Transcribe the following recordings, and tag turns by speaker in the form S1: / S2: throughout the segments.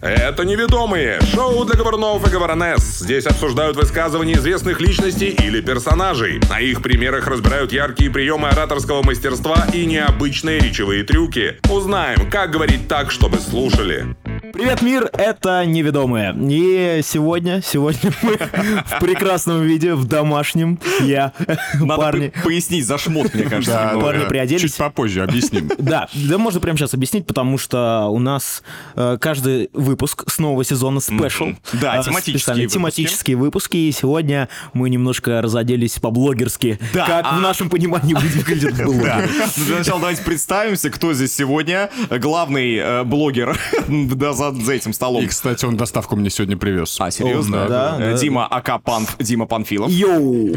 S1: Это «Неведомые» — шоу для говорнов и говоронесс. Здесь обсуждают высказывания известных личностей или персонажей. На их примерах разбирают яркие приемы ораторского мастерства и необычные речевые трюки. Узнаем, как говорить так, чтобы слушали.
S2: Привет, мир! Это «Неведомые». И сегодня, сегодня мы в прекрасном виде, в домашнем. Я,
S3: Надо
S2: парни.
S3: по- пояснить за шмот, мне кажется.
S4: Да,
S3: немного.
S2: парни
S4: да.
S2: приоделись.
S4: Чуть попозже объясним.
S2: Да, да можно прямо сейчас объяснить, потому что у нас э, каждый выпуск с нового сезона спешл.
S3: Да,
S2: Э,
S3: тематические
S2: специальные
S3: выпуски.
S2: тематические выпуски. И сегодня мы немножко разоделись по-блогерски.
S3: Да,
S2: Как
S3: а-
S2: в нашем понимании выглядит
S3: Да.
S2: блогер.
S3: Ну, Для начала давайте представимся, кто здесь сегодня. Главный э, блогер да, за, за этим столом.
S4: И, кстати, он доставку мне сегодня привез.
S3: А, серьезно?
S4: О,
S2: да,
S3: Э,
S2: да.
S3: Дима Ака Панф, Дима Панфилов.
S2: Йоу!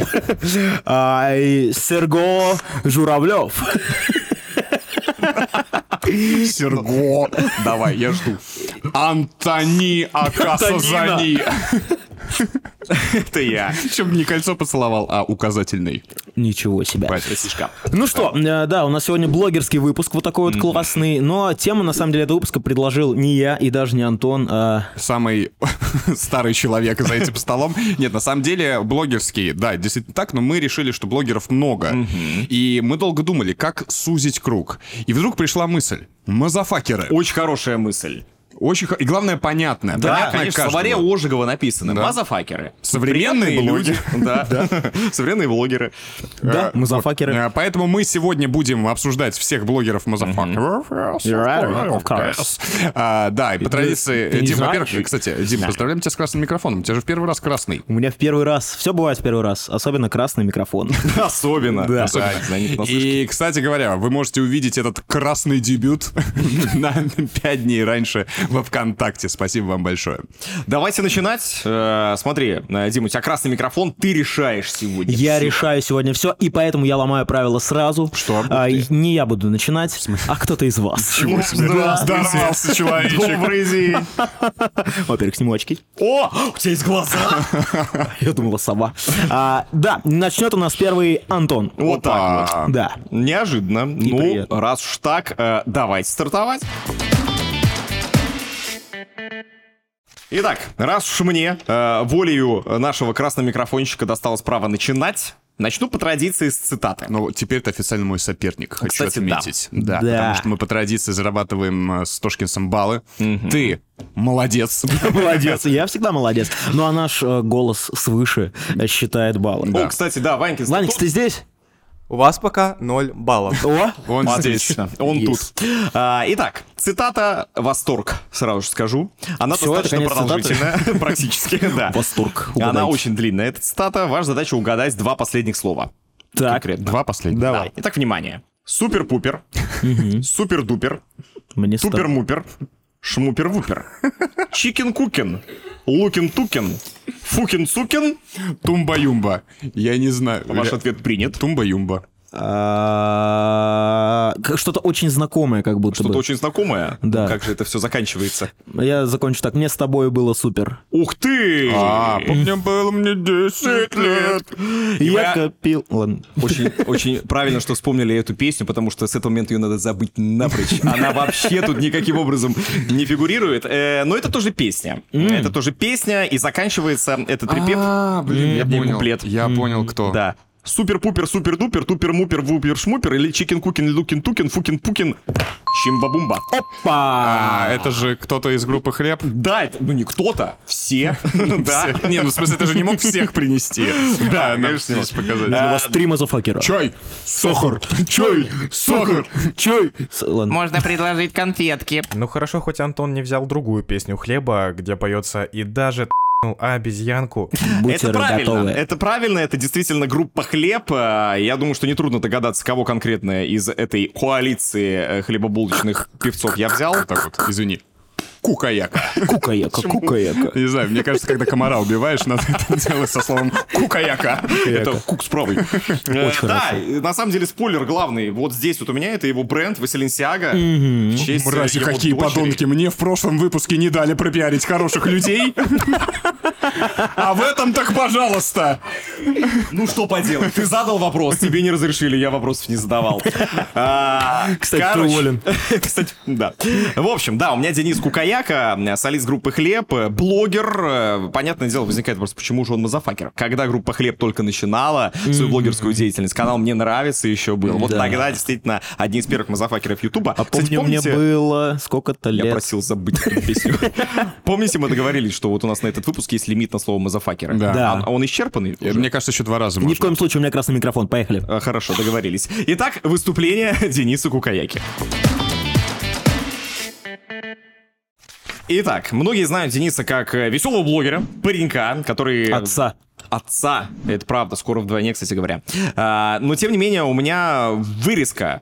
S2: А, и Серго Журавлев.
S4: Серго.
S3: Давай, я жду.
S4: Антони Акасазани.
S3: Это я.
S4: Причем не кольцо поцеловал, а указательный.
S2: Ничего себе.
S3: Сишка.
S2: Ну что, э, да, у нас сегодня блогерский выпуск вот такой вот классный, но тему, на самом деле, этого выпуска предложил не я и даже не Антон, а
S4: Самый старый человек за этим столом. Нет, на самом деле, блогерский, да, действительно так, но мы решили, что блогеров много. И мы долго думали, как сузить круг. И вдруг пришла мысль. Мазафакеры.
S3: Очень хорошая мысль.
S4: Очень хо- И главное, понятное.
S3: Да,
S4: понятное
S3: конечно, в
S4: каждому.
S3: словаре Ожегова написано. Мазафакеры.
S4: Современные
S3: Приятные
S4: блогеры.
S3: люди. Да. Современные блогеры.
S2: Да,
S4: Э,
S2: мазафакеры.
S4: вот, э, Поэтому мы сегодня будем обсуждать всех блогеров мазафакеров.
S2: Yeah, of course.
S4: А, Да, и по традиции...
S2: ты не
S4: Дим,
S2: знаешь?
S4: во-первых, кстати, Дим, поздравляем тебя с красным микрофоном. У тебя же в первый раз красный.
S2: у меня в первый раз, все бывает в первый раз, особенно красный микрофон.
S3: Особенно.
S2: Да.
S3: Особенно.
S4: Да.
S3: Знаменит нас
S4: И, кстати говоря, вы можете увидеть этот красный дебют на 5 дней раньше во ВКонтакте. Спасибо вам большое.
S3: Давайте начинать. Э, Смотри, э, Дима, у тебя красный микрофон, ты решаешь сегодня.
S2: Я
S3: Всё.
S2: решаю сегодня все, и поэтому я ломаю правила сразу.
S4: Что?
S2: А, и Не я буду начинать, а кто-то из вас.
S4: Чего себе? Здорвался человечек.
S3: Добрый день.
S2: Во-первых, сниму очки.
S3: О, у тебя есть глаза.
S2: Я думала, сова. А, Да, начнет у нас первый Антон.
S3: Вот так вот.
S4: Опа.
S2: Да.
S3: Неожиданно. Ну,
S2: приятно.
S3: раз уж так, э, давайте стартовать. Итак, раз уж мне э, волею нашего красного микрофончика досталось право начинать, начну по традиции с цитаты.
S4: Ну, теперь ты официально мой соперник, хочу
S3: Кстати, да.
S4: отметить. Да.
S2: Да.
S4: потому что мы по традиции зарабатываем э, с Тошкинсом баллы. Ты молодец.
S2: Молодец, я всегда молодец. Ну а наш э, голос свыше э, считает баллы.
S3: О, кстати, да, Ванькин.
S2: Ваникс, ты здесь?
S5: У вас пока 0 баллов.
S2: О!
S4: Он здесь.
S3: Отлично, он
S2: Есть.
S3: тут. А, итак, цитата «Восторг», сразу же скажу. Она
S2: Всё, это
S3: достаточно
S2: конец
S3: продолжительная, практически, да.
S2: Восторг.
S3: Она
S2: Угадайте.
S3: очень длинная, эта цитата. Ваша задача угадать два последних слова.
S2: Так,
S3: Конкретно.
S4: Два последних.
S2: давай.
S3: Да. Итак, внимание. Супер-пупер, супер-дупер,
S2: Мне стар-
S3: тупер-мупер, шмупер-вупер, чикен-кукен, лукин-тукен, фукин-цукин.
S4: Тумба-юмба. Я не знаю.
S3: Ваш
S4: Ля-
S3: ответ принят.
S4: Тумба-юмба.
S2: А, как- Что-то очень знакомое, как будто
S3: Что-то
S2: бы.
S3: очень знакомое.
S2: Да.
S3: Как же это все заканчивается.
S2: Я закончу так. Мне с тобой было супер.
S3: Ух ты!
S4: А, помню, было мне
S3: Э.
S4: 10 лет.
S2: Я копил. Ладно.
S3: Очень, очень правильно, что вспомнили эту песню, потому что с этого момента ее надо забыть напрочь. Она вообще тут никаким образом не фигурирует. Э, Но это тоже песня. Это тоже песня, и заканчивается этот припев.
S4: А, блин, я
S3: Вернее,
S4: понял.
S3: куплет.
S4: Я понял, кто.
S3: Да. Супер-пупер, супер-дупер, тупер-мупер, вупер-шмупер или чикен-кукин, лукин-тукин, фукин-пукин, чимба-бумба.
S2: Опа!
S4: А, это же кто-то из группы Хлеб.
S3: Да, это, ну не кто-то, все. Да.
S4: Не, ну в смысле, ты же не мог всех принести. Да, нам
S3: конечно,
S4: здесь
S3: А,
S4: показать.
S2: У вас три мазафакера.
S4: Чай, сахар, чай, сахар, чай.
S2: С- Ладно.
S6: Можно предложить конфетки.
S5: Ну хорошо, хоть Антон не взял другую песню хлеба, где поется и даже «Т***нул обезьянку.
S3: Это
S2: Бутеры
S3: правильно,
S2: готовы.
S3: это правильно, это действительно группа «Хлеб». А, Я думаю, что нетрудно догадаться, кого конкретно из этой коалиции э, хлебобулочных певцов я взял.
S4: Вот так вот, извини. Кукаяка.
S2: Кукаяка, кукаяка.
S4: Не знаю, мне кажется, когда комара убиваешь, надо это делать со словом кукаяка.
S3: Это кук с правой. Э,
S2: Очень
S3: Да,
S2: хорошо.
S3: э, на самом деле спойлер главный. Вот здесь вот у меня это его бренд Василинсиага. В честь э,
S4: Мрази,
S3: его дочери.
S4: какие подонки. Мне в прошлом выпуске не дали пропиарить хороших людей. А в этом так, пожалуйста.
S3: Ну что поделать, ты задал вопрос, тебе не разрешили, я вопросов не задавал. Кстати,
S2: ты уволен.
S3: Кстати, да. В общем, да, у меня Денис Кукаяка, солист группы «Хлеб», э, блогер. Э, Понятное дело, возникает вопрос, почему же он мазафакер? Когда группа «Хлеб» только начинала свою блогерскую деятельность, канал «Мне нравится» еще был. Вот
S2: Да.
S3: тогда, действительно, одни из первых мазафакеров Ютуба.
S2: А
S3: Кстати,
S2: помню, мне
S3: помните-
S2: было сколько-то
S3: я
S2: лет.
S3: просил забыть эту песню. Помните, мы договорились, что вот у нас на этот выпуск есть лимит на слово мазафакера?
S4: Да.
S2: Да.
S3: А он исчерпанный? уже?
S4: Мне кажется, еще два раза
S2: Ни в
S4: можно.
S2: коем случае, у меня красный микрофон, поехали.
S3: А, Хорошо, договорились. Итак, выступление Дениса Кукаяки. Итак, многие знают Дениса как э, веселого блогера, паренька, который...
S2: Отца.
S3: Отца, это правда, скоро вдвойне, кстати говоря. А, но, тем не менее, у меня вырезка.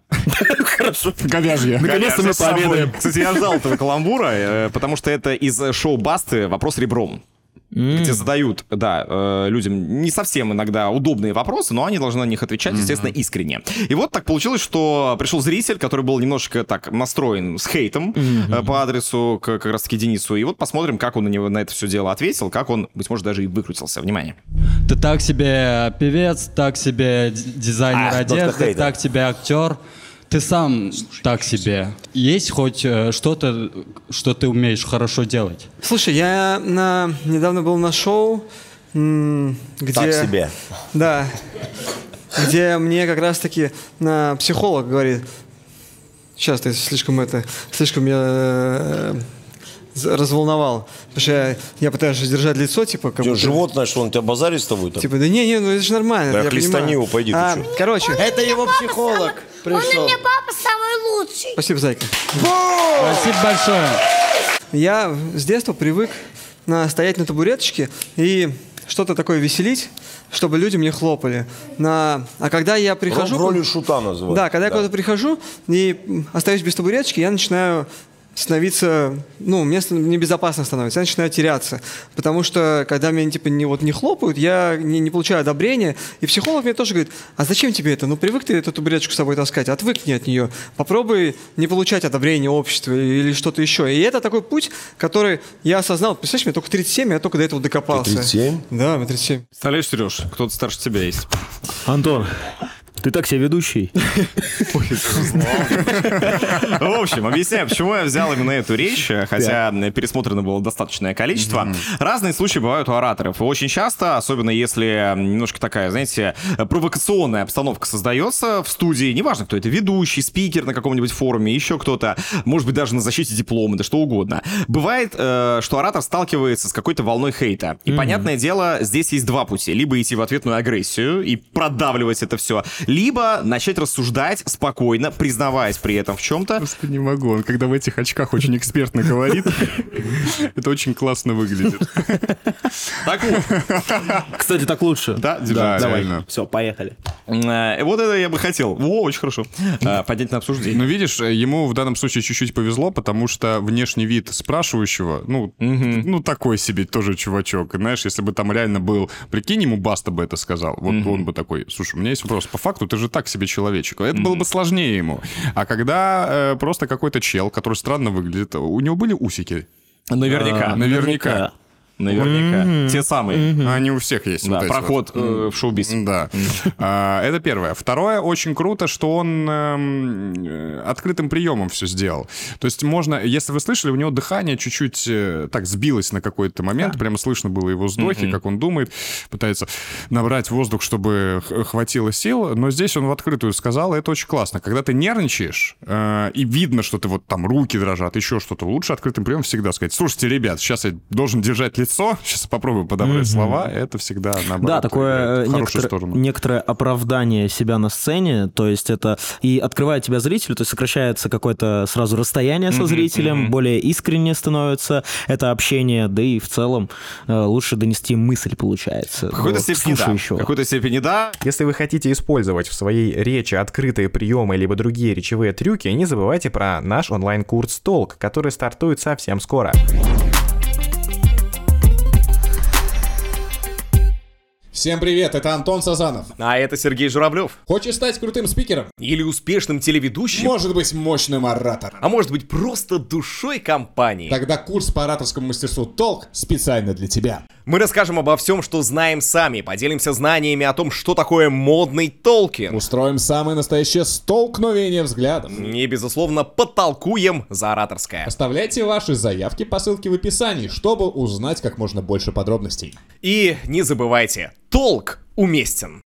S4: Говяжье.
S2: Наконец-то мы
S3: Конечно, с собой.
S2: пообедаем.
S3: Кстати, я ждал этого каламбура, э, потому что это из э, шоу «Басты» «Вопрос ребром». Где задают, да, э, людям не совсем иногда удобные вопросы, но они должны на них отвечать, естественно, искренне. И вот так получилось, что пришел зритель, который был немножечко так настроен с хейтом э, по адресу к как раз-таки Денису. И вот посмотрим, как он на него на это все дело ответил, как он, быть может, даже и выкрутился. Внимание.
S5: Ты так себе певец, так себе д- дизайнер
S3: Ах, доктор
S5: одежды,
S3: Хейтер.
S5: так себе актер. Ты сам так себе. Есть хоть э, что-то, что ты умеешь хорошо делать?
S7: Слушай, я на... недавно был на шоу, м, где...
S8: Так себе.
S7: Да. Где мне как раз-таки на психолог говорит, сейчас ты слишком это, слишком меня э, з- разволновал. Потому что я, я пытаюсь держать лицо, типа, как
S8: Чё,
S7: будто-
S8: Живот начал, он тебя базарит с тобой там?
S7: Типа, да не, не, ну это же нормально.
S8: Да,
S7: я
S8: хлестани
S7: понимаю.
S8: его, пойди ты
S7: А,
S8: чё.
S7: Короче,
S8: Ну, Это его психолог
S9: Он у
S8: пришел.
S9: меня папа самый лучший.
S7: спасибо, зайка.
S5: Спасибо большое.
S7: Я с детства привык на, стоять на табуреточке и что-то такое веселить, чтобы люди мне хлопали. На, а когда я прихожу...
S8: В роли шута называют.
S7: Да, когда я куда-то прихожу и м, остаюсь без табуреточки, я начинаю становиться, ну, мне ст- небезопасно становится, я начинаю теряться. Потому что, когда меня, типа, не, вот, не хлопают, я не, не получаю одобрения. И психолог мне тоже говорит, а зачем тебе это? Ну, привык ты эту табуреточку с собой таскать, отвыкни от нее. Попробуй не получать одобрения общества или что-то еще. И это такой путь, который я осознал. Представляешь, мне только 37, я только до этого докопался.
S8: 37?
S7: Да, мне 37.
S3: Представляешь, Сереж, кто-то старше тебя есть.
S2: Антон, ты так себе ведущий.
S3: В общем, объясняю, почему я взял именно эту речь, хотя пересмотрено было достаточное количество. Разные случаи бывают у ораторов. И Очень часто, особенно если немножко такая, знаете, провокационная обстановка создается в студии, неважно, кто это, ведущий, спикер на каком-нибудь форуме, еще кто-то, может быть, даже на защите диплома, да что угодно. Бывает, э, что оратор сталкивается с какой-то волной хейта. И, понятное дело, здесь есть два пути. Либо идти в ответную агрессию и продавливать это все, либо начать рассуждать спокойно, признаваясь при этом в чем-то,
S4: Просто не могу. Он когда в этих очках очень экспертно говорит, это очень классно выглядит.
S3: Так вот,
S2: Кстати, так лучше.
S3: да,
S4: Да,
S3: Дима?
S4: реально.
S2: Все, поехали.
S3: Э, Вот это я бы хотел. О, очень хорошо. Э, Поднять на
S4: Ну,
S3: обсуждение.
S4: видишь, э, ему в данном случае чуть-чуть повезло, потому что внешний вид спрашивающего, ну, ну такой себе тоже чувачок. И знаешь, если бы там реально был, прикинь, ему Баста бы это сказал. Вот он бы такой, слушай, у меня есть вопрос, по факту ты же так себе человечек. Это было бы сложнее ему. А когда э, просто какой-то чел, который странно выглядит, у него были усики?
S10: Э,
S3: Наверняка.
S4: Наверняка.
S3: Наверняка. Те самые.
S4: Они у всех есть.
S3: Да,
S4: вот эти вот.
S3: проход э, в шоу-биз.
S4: Да. А, Это первое. Второе, очень круто, что он эм, э, открытым приемом все сделал. То есть можно, если вы слышали, у него дыхание чуть-чуть э, так сбилось на какой-то момент, прямо слышно было его вздохи, как он думает, пытается набрать воздух, чтобы х- хватило сил, но здесь он в открытую сказал, и это очень классно. Когда ты нервничаешь, э, и видно, что ты вот там руки дрожат, еще что-то, лучше открытым приемом всегда сказать, слушайте, ребят, сейчас я должен держать лицо, сейчас попробую подобрать слова, это всегда наоборот.
S2: Да, такое э,
S4: играет в хорошую
S2: некоторое,
S4: сторону.
S2: некоторое оправдание себя на сцене, то есть это и открывает тебя зрителю, то есть сокращается какое-то сразу расстояние со зрителем, более искренне становится это общение, да и в целом э, лучше донести мысль, получается.
S3: В какой-то
S2: до
S3: степени да. В
S2: слушающего.
S3: какой-то степени да.
S11: Если вы хотите использовать в своей речи открытые приемы либо другие речевые трюки, не забывайте про наш онлайн-курс «Толк», который стартует совсем скоро.
S12: Всем привет, это Антон Сазанов.
S10: А это Сергей Журавлев.
S12: Хочешь стать крутым спикером?
S10: Или успешным телеведущим.
S12: Может быть мощным оратором.
S10: А может быть просто душой компании.
S12: Тогда курс по ораторскому мастерству «Толк» специально для тебя.
S10: Мы расскажем обо всем, что знаем сами, поделимся знаниями о том, что такое модный толкин.
S12: Устроим самое настоящее столкновение взглядов.
S10: И, безусловно, потолкуем за ораторское.
S12: Оставляйте ваши заявки по ссылке в описании, чтобы узнать как можно больше подробностей.
S10: И не забывайте, толк уместен.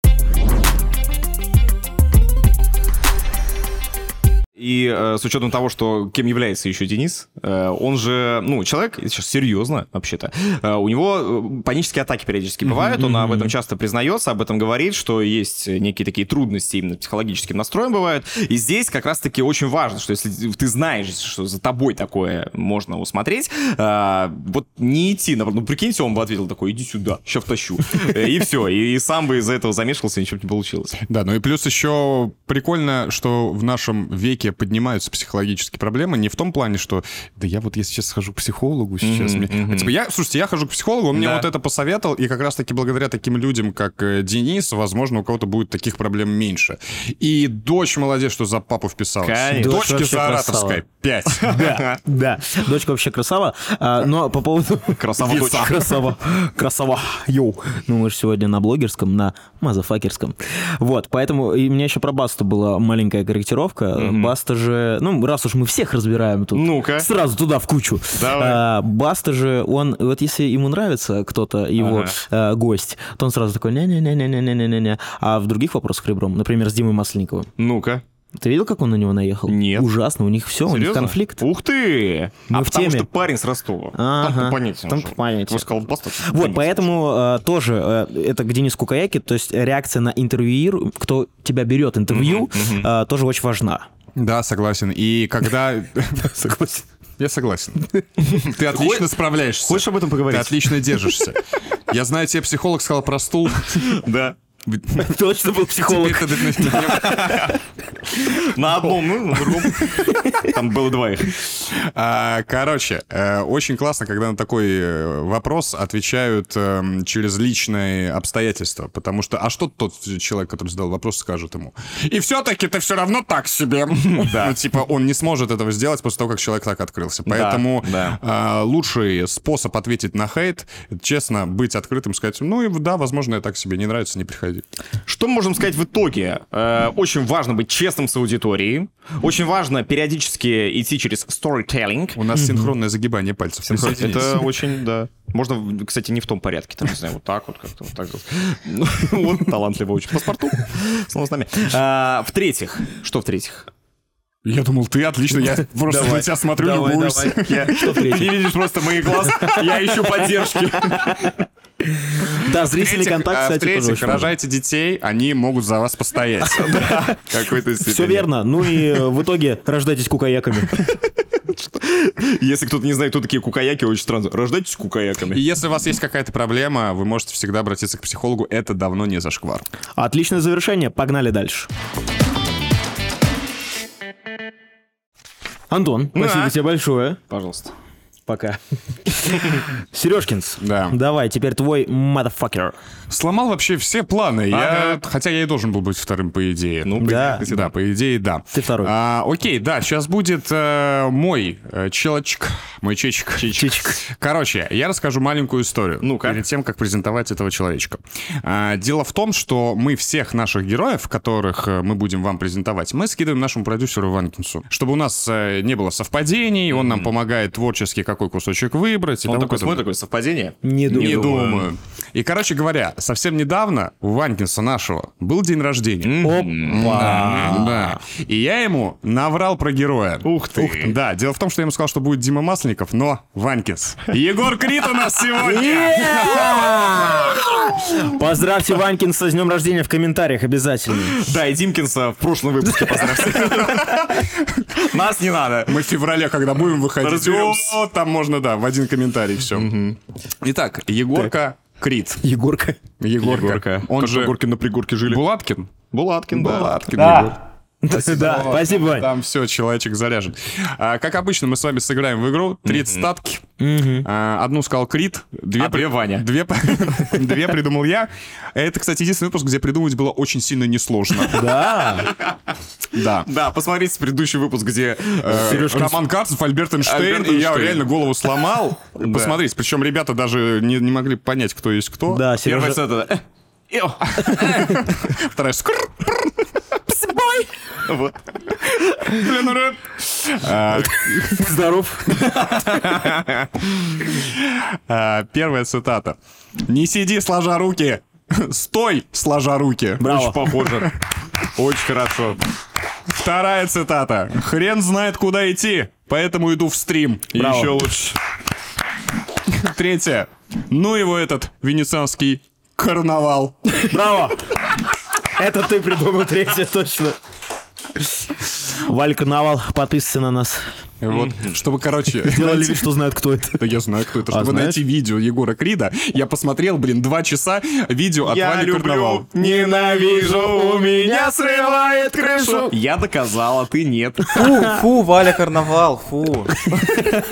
S3: И э, с учетом того, что кем является еще Денис, э, он же, ну, человек, сейчас серьезно, вообще-то, э, у него э, панические атаки периодически бывают, он об этом часто признается, об этом говорит, что есть некие такие трудности именно с психологическим настроем бывают. И здесь как раз-таки очень важно, что если ты знаешь, что за тобой такое можно усмотреть, э, вот не идти, например, ну, прикиньте, он бы ответил такой, иди сюда, сейчас втащу. Э, И все, и и сам бы из-за этого замешкался, ничего бы не получилось.
S4: Да, ну и плюс еще прикольно, что в нашем веке поднимаются психологические проблемы. Не в том плане, что да я вот я сейчас схожу к психологу сейчас. мне-». А типа я, слушайте, я хожу к психологу, он мне
S10: Да.
S4: вот это посоветовал, и как раз-таки благодаря таким людям, как э, Денис, возможно, у кого-то будет таких проблем меньше. И дочь молодец, что за папу вписалась.
S10: Конечно.
S2: Дочь
S4: Дочке
S2: вообще
S4: за Аратовской 5.
S2: Да, дочка вообще красава. А, Но по поводу...
S3: Красава
S2: Веса.
S3: дочка.
S2: Красава. Красава. Йоу. Ну, мы же сегодня на блогерском, на мазафакерском. Вот, поэтому и у меня еще про Басту была маленькая корректировка. Баста же... Ну, раз уж мы всех разбираем тут.
S3: Ну-ка.
S2: Сразу туда, в кучу. А, Баста же, он... Вот если ему нравится кто-то, его э, гость, то он сразу такой не-не-не-не-не-не-не-не. А в других вопросах ребром, например, с Димой Масленниковым.
S3: Ну-ка.
S2: Ты видел, как он на него наехал?
S3: Нет.
S2: Ужасно, у них все, у них
S3: Серьезно?
S2: конфликт.
S3: Ух ты!
S2: Мы
S3: а
S2: в
S3: потому
S2: теме.
S3: что парень с Ростова.
S2: Ага.
S3: Там понятие.
S2: Там понятие. Вот,
S3: Вот,
S2: поэтому э, тоже э, это к Денису Кукаяке, то есть реакция на интервью, кто тебя берет интервью, э, тоже очень важна.
S4: Да, согласен. И когда...
S2: Согласен.
S4: Я согласен. Ты отлично справляешься.
S3: Хочешь об этом
S4: Ты
S3: поговорить?
S4: отлично держишься. Я знаю, тебе психолог сказал про стул.
S3: Да.
S2: Точно был психолог.
S4: Это для-
S3: На одном, ну, на другом. Там было два их.
S4: А, Короче, э, очень классно, когда на такой э, вопрос отвечают эм, через личные обстоятельства. Потому что, а что тот человек, который задал вопрос, скажет ему? И все-таки ты все равно так себе. Ну, Типа, он не сможет этого сделать после того, как человек так открылся. Поэтому
S3: да.
S4: э, лучший способ ответить на хейт, честно, быть открытым, сказать, ну и да, возможно, я так себе не нравится, не приходи.
S3: Что мы можем сказать в итоге? Э, Очень важно быть честным с аудиторией. Очень важно периодически идти через storytelling.
S4: У нас синхронное загибание пальцев.
S3: Это очень, да. Можно, кстати, не в том порядке, там, не знаю, вот так вот как-то, вот так вот. Ну, Вот талантливо очень. Паспорту. Снова с нами. А, В-третьих, что в-третьих?
S4: Я думал, ты отлично, я просто на тебя смотрю, любуюсь.
S3: Что
S2: в-третьих?
S3: Не видишь просто мои глаз, я ищу поддержки.
S2: Да, зрительный
S4: В-третьих,
S2: контакт,
S4: а,
S2: кстати, тоже
S4: В-третьих,
S2: очень важен.
S4: рожайте детей, они могут за вас постоять. Да, в Какой-то
S2: Все верно. Ну и э, в итоге рождайтесь кукаяками.
S3: Если кто-то не знает, кто такие кукаяки, очень странно. Рождайтесь кукаяками.
S4: И если у вас есть какая-то проблема, вы можете всегда обратиться к психологу. Это давно не зашквар.
S2: Отличное завершение. Погнали дальше. Антон, спасибо тебе большое.
S3: Пожалуйста.
S2: Пока. Сережкинс,
S4: Да.
S2: давай, теперь твой motherfucker.
S4: Сломал вообще все планы. Я, хотя я и должен был быть вторым, по идее. Ну,
S2: Да.
S4: да. да, по идее, да.
S2: Ты второй.
S4: А, окей, да, сейчас будет э, мой э, челочек, мой чечек.
S2: Чичик.
S4: Короче, я расскажу маленькую историю.
S3: Ну-ка.
S4: Перед тем, как презентовать этого человечка. А, дело в том, что мы всех наших героев, которых э, мы будем вам презентовать, мы скидываем нашему продюсеру Ванкинсу. Чтобы у нас э, не было совпадений, он нам помогает творчески какой кусочек выбрать. и
S3: Он
S4: тому
S3: такой
S4: подобное.
S3: смотрит, такое совпадение.
S2: Не думаю.
S4: Не думаю. И, короче говоря, совсем недавно у Ванькинса нашего был день рождения. Да, да. И я ему наврал про героя. Ух ты. Да, дело в том, что я ему сказал, что будет Дима Масленников, но Ванькинс. Егор Крид у нас сегодня!
S2: Поздравьте Ванькин со днем рождения в комментариях обязательно.
S3: Да, и Димкинса в прошлом
S4: А
S3: выпуске поздравил. Нас не надо.
S4: Мы в феврале, когда будем выходить,
S3: Разберемся.
S4: о, там можно, да, в один комментарий все. Итак, Егорка Крид.
S2: Егорка.
S4: Егорка. Он же
S3: Э, Горки на пригорке жили.
S4: Булаткин.
S3: Булаткин, да.
S4: Булаткин. Егор.
S2: Да, спасибо, Вань.
S4: Там все, человечек заряжен. А, Как обычно, мы с вами сыграем в игру. Три статки. А,
S2: Мгм.
S4: Одну сказал Крит. Две при-
S3: А Ваня.
S4: Две, п- две придумал я. Это, кстати, единственный выпуск, где придумывать было очень сильно несложно.
S2: Да.
S4: Да.
S3: Да, посмотрите предыдущий выпуск, где...
S4: Э,
S2: Сережка-
S4: Роман Карцев, Альберт Эйнштейн,
S3: Альберт
S4: и я
S3: Эйнштейн.
S4: реально голову сломал.
S3: Да.
S4: Посмотрите, причем ребята даже не, не могли понять, кто есть кто.
S2: Да, Сережа,
S3: Первая сцена «Э, это... «Эо». э».
S4: Вторая скр. Вот. Блин, ура. А,
S2: здоров.
S4: а, Первая цитата. Не сиди, сложа руки. Стой, сложа руки.
S2: Браво.
S4: Очень похоже. Очень хорошо. Вторая цитата. Хрен знает, куда идти, поэтому иду в стрим.
S2: Браво.
S4: Еще лучше. Третья. Ну его этот венецианский карнавал.
S2: Браво. Это ты придумал третье, точно. Валька Навал, подписывайся на нас.
S4: Вот, чтобы, короче,
S2: Делали
S4: найти-
S2: вид, что знают, кто это.
S4: Да я знаю, кто это.
S2: А,
S4: Чтобы
S2: знаешь?
S4: найти видео Егора Крида, я посмотрел, блин, два часа видео от
S3: Я
S4: Вали Карнавал.
S3: люблю, ненавижу, у меня срывает крышу. Я доказал, а ты нет.
S13: Фу, фу, Валя Карнавал, фу.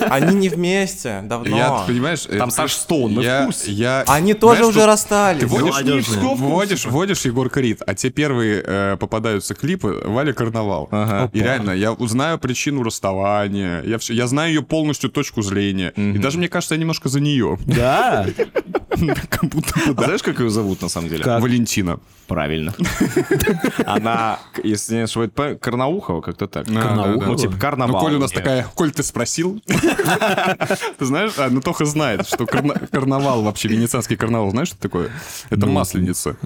S13: Они не вместе давно.
S4: Я, ты понимаешь,
S3: Там
S4: э,
S3: Саш Стоун, мы в
S4: я,
S3: курсе.
S4: я-
S13: Они
S4: знаешь,
S13: тоже
S4: что-
S13: уже расстались.
S4: Ты вводишь,
S2: Молодежные.
S4: Егор- вводишь, вводишь Егор Крид, а те первые э, попадаются клипы Валя Карнавал. И реально, я узнаю причину расставания, я, все, я знаю ее полностью точку зрения. И даже, мне кажется, я немножко за нее.
S2: Да.
S4: Как будто бы,
S3: А
S4: да.
S3: Знаешь, как ее зовут на самом деле?
S2: Как?
S4: Валентина.
S3: Правильно. Она, к- если не ошибаюсь, па- Карнаухова как-то так.
S2: Карнаухова?
S3: Ну, типа Карнавал.
S4: Ну, Коль у нас
S3: у неё.
S4: такая, Коль, ты спросил? Ты знаешь, а, Натоха знает, что карна- карнавал вообще, венецианский карнавал, знаешь, что такое? Это масленица.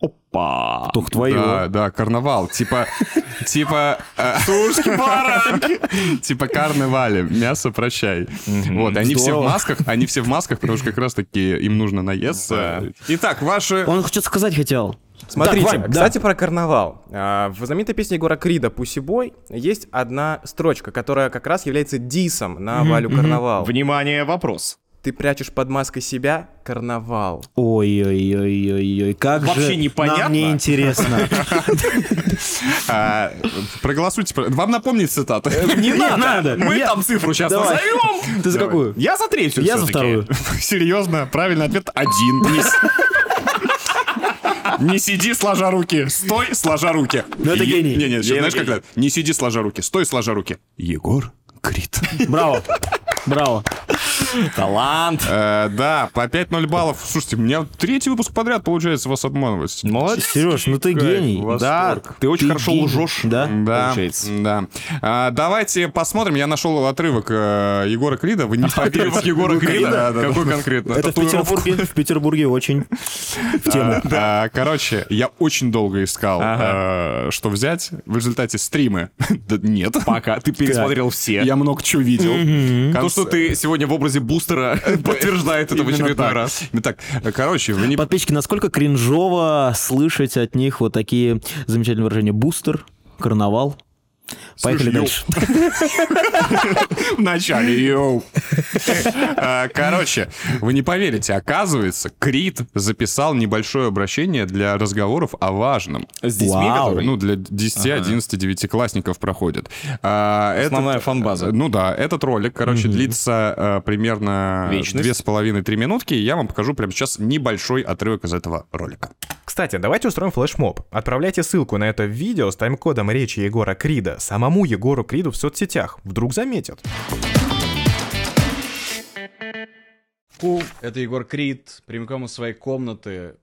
S3: Опа.
S2: Тух твою.
S4: Да, да, карнавал. Типа, типа... Сушки, баранки! Типа карнавали, мясо прощай. Вот, и они все в
S2: Здорово.
S4: масках, они все в масках, потому что как раз-таки им нужно наесться. Итак, ваши...
S2: Он что-то сказать хотел.
S13: Смотрите,
S2: Так, Вань, да.
S13: кстати,
S8: про карнавал. А, В знаменитой песне Егора Крида «Пусси бой» есть одна строчка, которая как раз является дисом на Валю Карнавал.
S3: Внимание, вопрос.
S8: Ты прячешь под маской себя карнавал.
S2: Ой-ой-ой-ой-ой, как
S3: Вообще
S2: же
S3: непонятно.
S2: нам неинтересно.
S4: а, проголосуйте. про- Вам напомнить цитаты.
S2: Э, Не надо.
S3: Мы
S2: Я-
S3: там цифру сейчас
S2: Давай.
S3: назовем.
S2: Ты за
S4: Давай.
S2: какую?
S3: Я за третью
S2: Я за
S3: всё-таки.
S2: вторую.
S4: Серьезно, правильный ответ один. Не с- Не сиди, сложа руки. Стой, сложа руки.
S2: Ну это
S4: Е-
S2: гений.
S4: Не, не,
S2: Я
S4: знаешь, как
S2: гений.
S4: это? Не сиди, сложа руки. Стой, сложа руки. Егор Крит.
S2: Браво. Браво.
S3: Талант.
S4: Э, Да, по 5-0 баллов. Слушайте, у меня третий выпуск подряд получается вас обманывать.
S3: Молодец.
S2: Сереж, ну ты гений.
S4: Восторг.
S2: Да,
S3: Ты очень хорошо
S2: гений.
S3: лжешь.
S2: Да.
S4: Да,
S3: получается.
S4: да. А, давайте посмотрим. Я нашел отрывок э, Егора Крида. Вы не поверите. Ну, Егора
S3: Крида?
S4: Какой конкретно?
S2: Это в
S4: Татуировку.
S2: Петербурге, в Петербурге очень в тему.
S4: А, Короче, я очень долго искал, э, что взять. В результате стримы. Да Нет.
S3: Пока ты пересмотрел все.
S4: Я много чего видел.
S3: То,
S4: Конс-
S3: что ты сегодня в образе бустера подтверждает это в
S4: Именно
S3: очередной
S4: так.
S3: раз.
S4: Ну так, э, короче, вы не...
S2: Подписчики, насколько кринжово слышать от них вот такие замечательные выражения «бустер», «карнавал». Поехали дальше.
S4: в начале. йоу. А, Короче, вы не поверите, оказывается, Крид записал небольшое обращение для разговоров о важном.
S3: С детьми,
S2: Вау.
S3: которые...
S4: Ну, для 10, 11, 9 классников проходит. А, этот-
S3: Основная фан-база.
S4: Ну да, этот ролик, короче, длится э, примерно
S3: Вечность.
S4: две с половиной три минутки. И я вам покажу прямо сейчас небольшой отрывок из этого ролика.
S8: Кстати, давайте устроим флешмоб. Отправляйте ссылку на это видео с тайм-кодом речи Егора Крида самому Егору Криду в соцсетях. Вдруг заметят.
S5: Ку, это Егор Крид, прямиком из своей комнаты.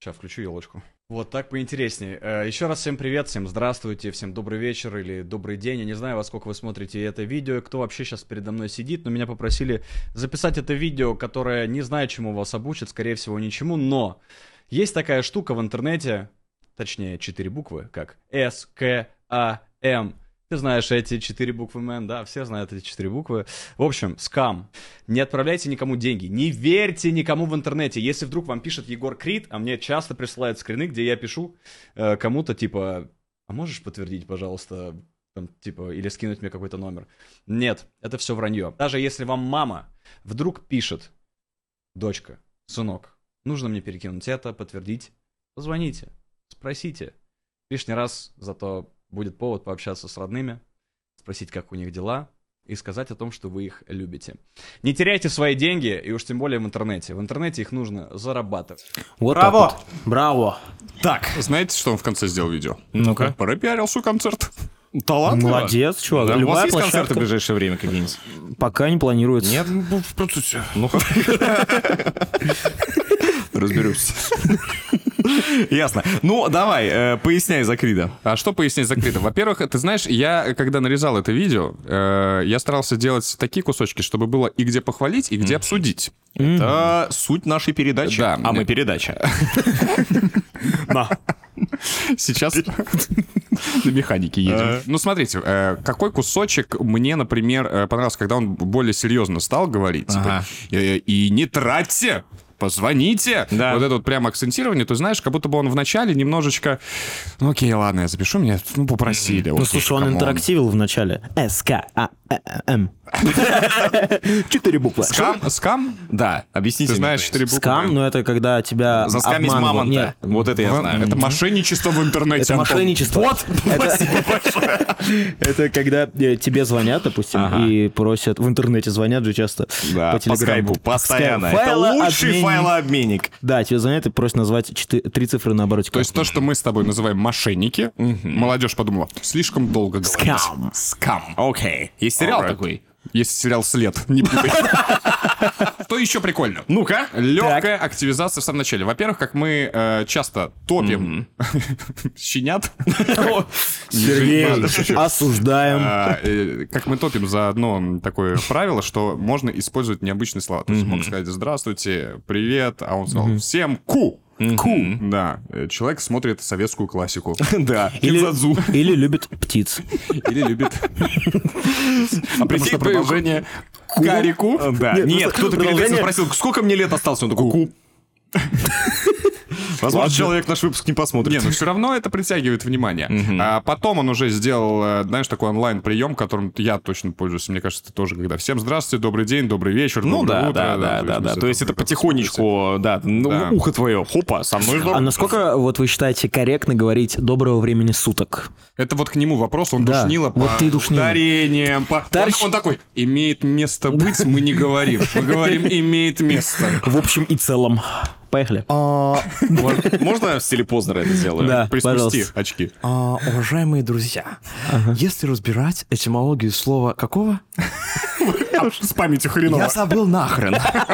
S5: Сейчас включу елочку. Вот так поинтереснее. Еще раз всем привет, всем здравствуйте, всем добрый вечер или добрый день. Я не знаю, во сколько вы смотрите это видео, кто вообще сейчас передо мной сидит, но меня попросили записать это видео, которое не знаю, чему вас обучит, скорее всего, ничему, но есть такая штука в интернете, точнее, четыре буквы, как С, К, А, М. Ты знаешь эти четыре буквы М, да, все знают эти четыре буквы. В общем, скам. Не отправляйте никому деньги. Не верьте никому в интернете. Если вдруг вам пишет Егор Крид, а мне часто присылают скрины, где я пишу э, кому-то, типа, а можешь подтвердить, пожалуйста, там, типа, или скинуть мне какой-то номер. Нет, это все вранье. Даже если вам мама вдруг пишет, дочка, сынок, нужно мне перекинуть это, подтвердить, позвоните, спросите. лишний раз зато будет повод пообщаться с родными, спросить, как у них дела, и сказать о том, что вы их любите. Не теряйте свои деньги, и уж тем более в интернете. В интернете их нужно зарабатывать.
S2: Вот
S4: Браво!
S2: так вот. Браво!
S4: Так. Знаете, что он в конце сделал видео?
S2: Ну-ка.
S4: Пропиарил свой концерт. Талантливо.
S2: Молодец, чувак.
S4: Да, у
S2: Любая
S4: вас есть
S2: площадка-
S4: концерты в ближайшее время какие-нибудь?
S2: Пока не планируется.
S4: Нет, ну, в процессе. Ну, Разберусь. Ясно. Ну, давай, э, поясняй за Крида. А что пояснять за Крида? Во-первых, ты знаешь, я, когда нарезал это видео, э, я старался делать такие кусочки, чтобы было и где похвалить, и где обсудить. Это суть нашей передачи. Да.
S3: А мы передача.
S4: Сейчас на механике едем. Ну, смотрите, э, какой кусочек мне, например, э, понравился, когда он более серьезно стал говорить, типа, «Э, и не тратьте, позвоните. Вот это вот прям акцентирование, ты знаешь, как будто бы он вначале немножечко, ну окей, ладно, я запишу, меня ну, попросили.
S2: Ну, слушай, он интерактивил вначале. С-К-А-М. А Э Четыре буквы.
S4: Скам? Скам? Да, объясните. Ты знаешь четыре буквы?
S2: Скам, ну это когда тебя
S4: Заскамить
S2: обманывают.
S4: мамонта.
S2: Нет.
S4: Вот это я знаю. Это мошенничество в интернете,
S2: Это
S4: Антон.
S2: мошенничество.
S4: Вот, спасибо большое.
S2: Это когда э, тебе звонят, допустим, и просят... В интернете звонят же часто.
S3: Да, по
S2: Телеграмму.
S3: скайпу, постоянно.
S2: Скайп.
S3: Это лучший
S2: Файлообменник.
S3: файлообменник.
S2: Да, тебе звонят и просят назвать четы- три цифры на обороте.
S4: То есть то, что мы с тобой называем мошенники, молодежь подумала, слишком долго говорить.
S2: Скам.
S4: Скам.
S3: Окей. Есть сериал
S4: Alright.
S3: такой?
S4: Есть сериал «След», не путай. Что еще прикольно?
S3: Ну-ка.
S4: Легкая активизация в самом начале. Во-первых, как мы э, часто топим щенят.
S2: Сергей,
S4: Ладно, шучу.
S2: осуждаем.
S4: А, э, Как мы топим за одно такое правило, что можно использовать необычные слова. То есть мог сказать «Здравствуйте», «Привет», а он сказал «Всем ку». Ку. Да. Э, Человек смотрит советскую классику.
S3: Да.
S2: Или, или любит птиц.
S4: Или любит. Потому что
S3: прикинь,
S4: продолжение
S3: Карику? Да.
S2: Нет,
S3: Нет,
S2: просто
S3: кто-то перед этим
S2: продолжение-
S3: спросил, сколько мне лет осталось? Он такой, ку. Возможно, человек наш выпуск не
S4: Не,
S3: посмотрит.
S4: ну все равно это притягивает внимание. А потом он уже сделал, э, знаешь, такой онлайн-прием, которым я точно пользуюсь. Мне кажется, ты тоже когда. Всем здравствуйте, добрый день, добрый вечер,
S3: Ну да,
S4: доброе утро».
S3: да, да, да, да. То есть это
S4: как-то
S3: потихонечку, да, ну,
S4: Да.
S3: ухо твое, хопа, со мной
S2: А
S3: здорово.
S2: насколько вот вы считаете корректно говорить доброго времени суток?
S4: Это вот к нему вопрос, он
S2: Да,
S4: душнило
S2: вот
S4: по
S2: ты душнило.
S4: ударениям, по...
S2: Тарщ-
S4: Он, он такой, имеет место быть, мы не говорим. Мы говорим, имеет место.
S2: В общем и целом. Поехали.
S3: Мож- Можно я в стиле Познера это сделаю?
S2: Да,
S4: Приспусти
S2: пожалуйста.
S4: очки.
S13: А, уважаемые друзья, если разбирать этимологию слова какого?
S4: С памятью хреново.
S13: Я забыл нахрен. А,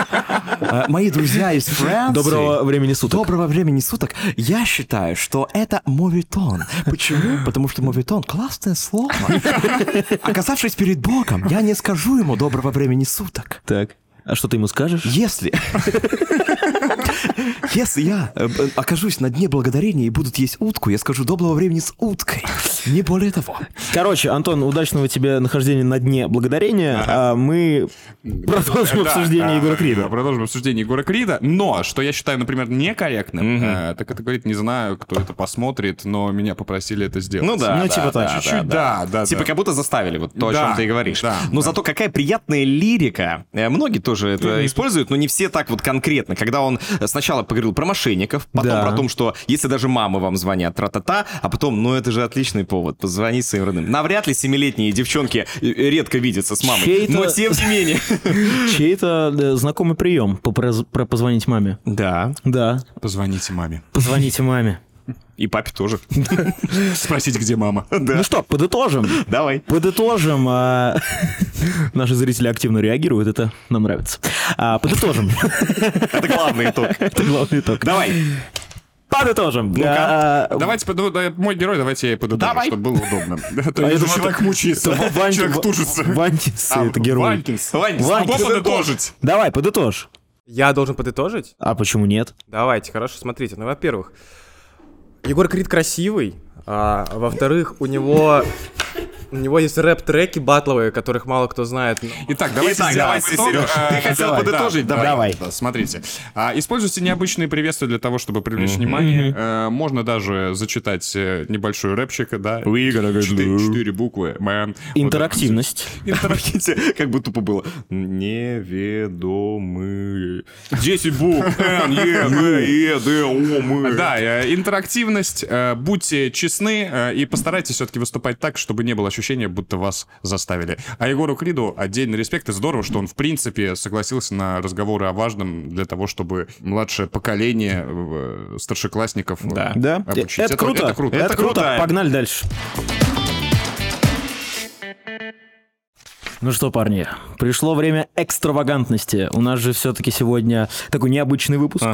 S13: Мои друзья из Франции.
S2: Доброго времени суток.
S13: Доброго времени суток. Я считаю, что это мовитон. Почему? Потому что мовитон — классное слово. Оказавшись перед Богом, я не скажу ему доброго времени суток.
S2: Так. А что ты ему скажешь?
S13: Если... Если я э, б- окажусь на дне благодарения и будут есть утку, я скажу доброго времени с уткой. Не более того.
S2: Короче, Антон, удачного тебе нахождения на дне благодарения. А мы продолжим
S4: Да,
S2: обсуждение
S4: да,
S2: Егора
S4: да,
S2: Крида.
S4: Продолжим обсуждение Егора Крида. Но, что я считаю, например, некорректным, э, так это говорит, не знаю, кто это посмотрит, но меня попросили это сделать.
S3: Ну да,
S2: Ну,
S3: да,
S2: типа
S3: да,
S2: так.
S3: да,
S4: Чуть-чуть, да, да,
S3: Типа
S4: да.
S3: как будто заставили, вот то, о
S4: Да,
S3: чем ты и говоришь.
S4: да,
S3: но зато какая приятная лирика. Э, Многие тоже это используют, но не все так вот конкретно. Когда он э, сначала поговорил про мошенников, потом
S2: Да.
S3: про то, что если даже мамы вам звонят, тра-та-та, а потом, ну это же отличный повод, позвонить своим родным. Навряд ли семилетние девчонки э, редко видятся с мамой,
S2: Чей-то-
S3: но тем не менее.
S2: Чей-то э, знакомый прием по проз- про позвонить маме.
S3: Да,
S2: Да,
S4: Позвоните маме.
S2: позвоните маме.
S3: и папе тоже.
S4: Спросить, где мама.
S2: Ну что, подытожим.
S3: Давай.
S2: Подытожим. а, Наши зрители активно реагируют, это нам нравится. А, Подытожим.
S3: Это главный итог.
S2: Это главный итог.
S3: Давай.
S2: Подытожим.
S3: Ну-ка.
S2: А,
S4: Давайте, ну, да, мой герой, давайте я и подытожу,
S3: Давай.
S4: чтобы было удобно. А то
S2: я
S4: я
S2: думал,
S4: думаю, человек мучается,
S2: это Вань-
S4: человек
S2: Ва-
S4: тужится.
S2: Вантис, это герой.
S4: Ванькинс.
S3: Вань,
S4: Могу
S2: Ванькинс.
S4: подытожить.
S2: Давай, подытожь.
S8: Я должен подытожить?
S2: А почему нет?
S8: Давайте, хорошо, смотрите. Ну, во-первых, Егор Крид красивый, а во-вторых, у него...
S14: У него есть рэп-треки батловые, которых мало кто знает.
S4: Итак, давайте сделаем итог. Э, давай, да, Давай. Да, Смотрите. А, Используйте необычные приветствия для того, чтобы привлечь внимание. Э, Можно даже зачитать э, небольшой рэпчик, да? Четыре четыре буквы. Man.
S2: Интерактивность.
S3: Интерактивность. Как бы тупо было. Неведомые. 10 букв.
S4: Н, Е, Н, Е, Д, О, мы. Да, э, интерактивность. э, Будьте честны э, и постарайтесь все-таки выступать так, чтобы не было ощущения, будто вас заставили. А Егору Криду отдельный респект. И здорово, что он, в принципе, согласился на разговоры о важном для того, чтобы младшее поколение э, старшеклассников э,
S2: Да? Э,
S4: обучить.
S2: Это круто.
S4: Это круто.
S2: Это круто. Погнали дальше. Ну что, парни, пришло время экстравагантности. У нас же все-таки сегодня такой необычный выпуск.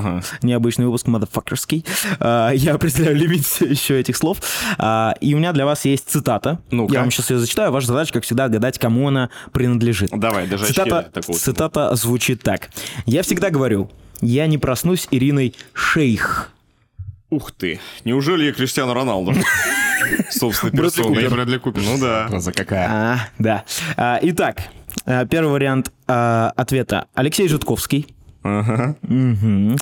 S2: Необычный выпуск, motherfuckerский. А, я определяю лимит еще этих слов. А, и у меня для вас есть цитата.
S3: Ну-ка.
S2: я вам сейчас ее зачитаю. Ваша задача, как всегда, отгадать, кому она принадлежит.
S3: Давай, даже очки
S2: цитата,
S3: такого
S2: цитата звучит так. Я всегда говорю, я не проснусь Ириной Шейх.
S3: Ух ты. Неужели я Криштиану Роналду? Собственно, персоной.
S4: Брэдли Купер.
S3: Ну да.
S4: За какая?
S2: А, да. А, итак, а, первый вариант а, ответа. Алексей Житковский. Мгм.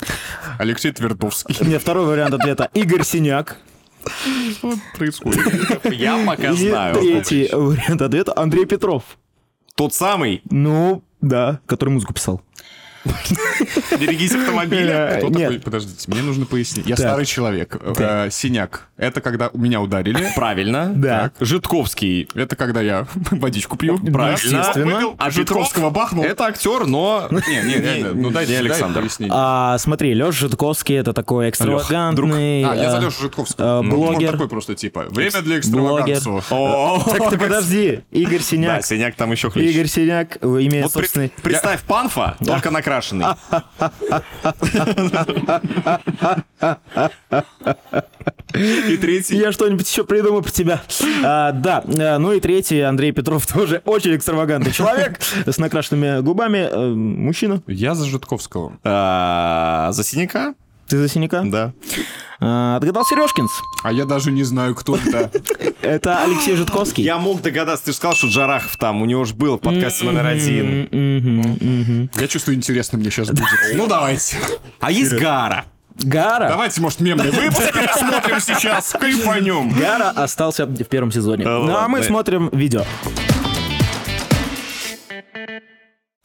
S4: Алексей Твердовский.
S2: Нет, второй вариант ответа. Игорь Синяк.
S4: Происходит.
S3: Я пока
S2: И
S3: знаю.
S2: третий вариант ответа. Андрей Петров.
S3: Тот самый.
S2: Ну, да, который музыку писал.
S3: Берегись автомобиля.
S4: Кто
S2: Нет.
S4: такой? Подождите, мне нужно пояснить. Я
S2: Так.
S4: старый человек. Э, Синяк. Это когда меня ударили.
S3: Правильно.
S2: Да.
S3: Так. Житковский.
S4: Это когда я водичку пью.
S3: Правильно.
S2: Естественно.
S3: Выпил,
S4: А
S3: А Житковского...
S4: Житковского бахнул.
S3: Это актер, но...
S4: Не, не, реально, ну дайте
S3: не
S4: дайте
S3: Александр.
S4: пояснение.
S2: А, смотри, Лёш Житковский это такой экстравагантный.
S4: А, я за
S2: э,
S4: Лешу
S2: э,
S4: Житковского. Ну,
S2: блогер.
S4: он такой просто типа. Время для
S2: Блогер.
S4: экстравагансов.
S2: Так ты подожди, Игорь
S3: Да,
S2: Синяк.
S3: Синяк там еще хлеще.
S2: Игорь Синяк, э, имеет
S3: Вот пред-
S2: собственный...
S3: представь панфа, только накрашенный. И третий.
S2: Я что-нибудь еще придумал про тебя. А, да, э, ну и третий, Андрей Петров тоже очень экстравагантный человек с накрашенными губами. э, Мужчина.
S4: Я за Житковского.
S3: А, За синяка?
S2: Ты за синяка?
S3: Да.
S2: А, Отгадал Сережкинс.
S4: А я даже не знаю, кто это.
S2: Это Алексей Житковский.
S3: Я мог догадаться, ты же сказал, что Джарахов там, у него же был в подкасте номер один.
S4: Я чувствую, интересно мне сейчас будет. Ну давайте.
S3: А есть Гара.
S2: Гара.
S4: Давайте, может, мемный выпуск пересмотрим сейчас. Кайфанем.
S2: Гара остался в первом сезоне.
S3: Да
S2: ну а мы
S3: ладно.
S2: смотрим видео.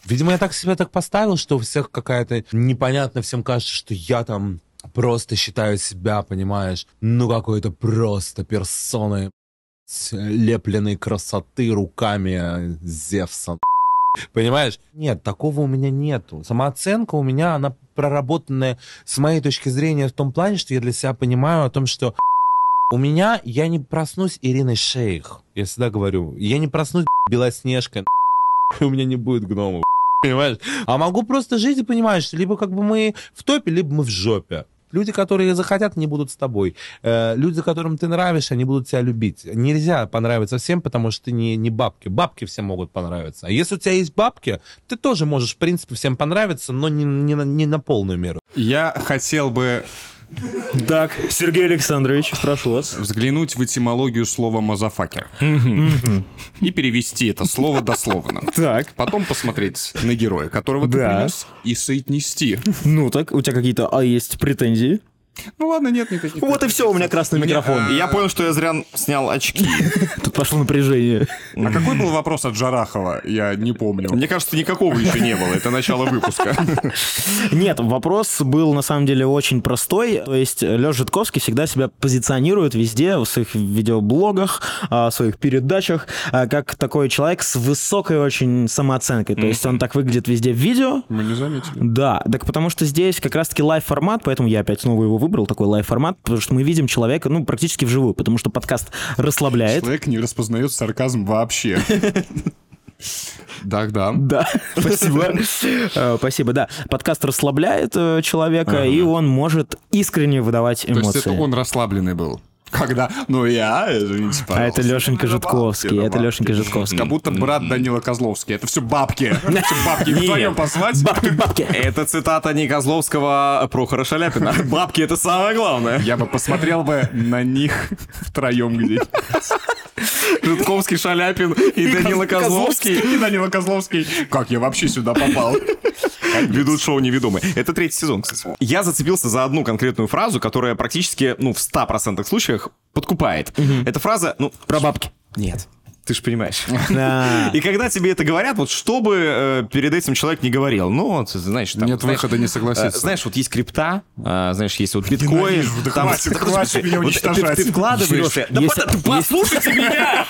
S9: Видимо, я так себя так поставил, что у всех какая-то непонятно, всем кажется, что я там просто считаю себя, понимаешь, ну какой-то просто персоной с э, лепленной красоты руками Зевса. Понимаешь? Нет, такого у меня нету. Самооценка у меня, она проработанная с моей точки зрения в том плане, что я для себя понимаю о том, что у меня я не проснусь Ириной Шейх. Я всегда говорю, я не проснусь Белоснежкой. И у меня не будет гномов. Понимаешь? А могу просто жить и понимать, что либо как бы мы в топе, либо мы в жопе. Люди, которые захотят, не будут с тобой. Э, люди, которым ты нравишься, они будут тебя любить. Нельзя понравиться всем, потому что ты не, не бабки. Бабки всем могут понравиться. А если у тебя есть бабки, ты тоже можешь, в принципе, всем понравиться, но не, не на- не на полную меру.
S4: Я хотел бы
S2: Так, Сергей Александрович, прошу вас.
S4: взглянуть в этимологию слова «мазафакер» и перевести это слово дословно.
S2: Так.
S4: Потом посмотреть на героя, которого ты
S2: Да.
S4: принес, и соотнести.
S2: Ну так, у тебя какие-то а есть претензии?
S4: Ну ладно, нет никаких.
S2: Вот и все, у меня красный микрофон.
S3: И я понял, что я зря снял очки.
S2: Тут пошло напряжение.
S4: А какой был вопрос от Джарахова? Я не помню.
S3: Мне кажется, никакого еще не было. Это начало выпуска.
S2: Нет, вопрос был на самом деле очень простой. То есть Лёш Житковский всегда себя позиционирует везде, в своих видеоблогах, а, в своих передачах, а, как такой человек с высокой очень самооценкой. То есть он так выглядит везде в видео.
S4: Мы не заметили.
S2: Да, так потому что здесь как раз-таки лайв-формат, поэтому я опять снова его выбрал, такой лайв-формат, потому что мы видим человека, ну, практически вживую, потому что подкаст расслабляет.
S4: Человек не распознает сарказм вообще. Так, да.
S2: Да, спасибо. Э, Спасибо, да. Подкаст расслабляет э, человека, и он может искренне выдавать
S4: То есть это
S2: эмоции.
S4: он расслабленный был. Когда? Ну я, извините,
S2: А это М-м-м.
S4: пожалуйста.
S2: Лешенька Житковский,
S4: бабки,
S2: это
S4: да,
S2: Лешенька
S4: Как
S2: Житковский.
S4: будто брат Данила Козловский. Это все бабки. Все бабки вдвоем послать.
S2: Бабки, бабки.
S3: Это цитата не Козловского, а Прохора Шаляпина. Бабки — это самое главное.
S4: Я бы посмотрел бы на них втроем где Житковский, Шаляпин и Данила Козловский. И Данила Козловский. Как я вообще сюда попал?
S3: Ведут шоу неведомые. Это третий сезон, кстати. Я зацепился за одну конкретную фразу, которая практически, ну, в 100% случаях подкупает. Эта фраза, ну... Про бабки. Нет. Ты же понимаешь.
S2: Да.
S3: И когда тебе это говорят, вот что бы э, перед этим человек не говорил, ну, вот, знаешь... Там,
S4: Нет
S3: знаешь,
S4: выхода не согласиться.
S3: э, знаешь, вот есть крипта, э, знаешь, есть вот биткоин.
S4: Ненавижу, да
S3: там-
S4: хватит,
S3: да,
S4: хватит
S3: подожди,
S4: меня
S3: вот ты-
S4: уничтожать.
S3: Ты вкладываешься...
S4: Серёж,
S3: Да
S4: есть-
S3: пода- ты послушайте меня!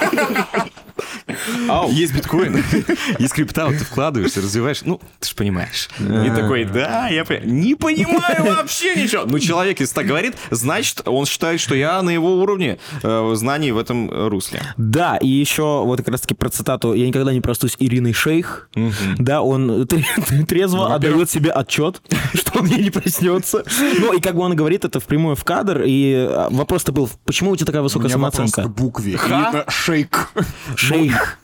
S3: Есть биткоин, есть крипта, вот ты вкладываешься, развиваешь. Ну, ты же понимаешь. И
S2: А.
S3: такой, да, я понимаю. Не понимаю вообще ничего. Ну, человек, если так говорит, значит, он считает, что я на его уровне э, знаний в этом э, русле.
S2: Да, и еще вот как раз-таки про цитату «Я никогда не простусь» Ирины Шейх. Да, он тре- трезво отдает себе отчет, что он ей не проснется. Ну, и как бы он говорит это впрямую в кадр, и а, вопрос-то был, почему у тебя такая высокая
S4: У меня вопрос
S2: самооценка?
S4: к букве.
S2: Ха?
S4: И это Шейк.
S2: Шейх.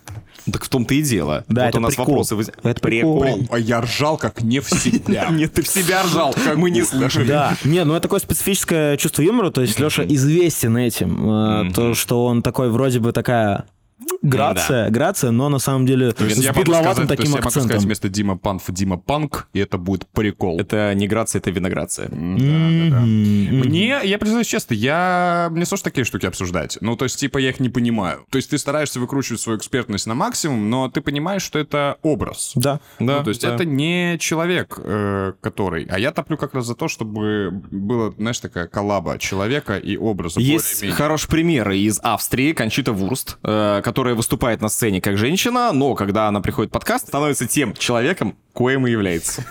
S3: Так в том-то и дело.
S2: Да,
S3: вот
S2: это
S3: у нас
S2: прикол.
S3: вопросы воз-
S2: Это прикол.
S4: Блин, а я ржал как не в себя.
S3: Нет, ты в себя ржал, как мы не слышали.
S2: Да, не, ну это такое специфическое чувство юмора, то есть Леша известен этим, э, то, что он такой вроде бы такая грация, грация, но на самом деле
S4: То есть
S2: с
S4: я могу
S2: бедловатым
S4: сказать, то есть
S2: таким
S4: я могу сказать
S2: акцентом.
S4: вместо Дима Панф Дима Панк, и это будет прикол.
S3: Это не грация, это винограция.
S4: Мне, я признаюсь честно, я... Мне сложно такие штуки обсуждать. Ну, то есть, типа, я их не понимаю. То есть, ты стараешься выкручивать свою экспертность на максимум, но ты понимаешь, что это образ.
S2: Да.
S4: Ну, то есть, это не человек, э, который... А я топлю как раз за то, чтобы было, знаешь, такая коллаба человека и образа.
S3: Есть
S4: более-менее.
S3: хороший пример из Австрии, Кончита Вурст, э, которая выступает на сцене как женщина, но когда она приходит в подкаст, становится тем человеком, коим и является.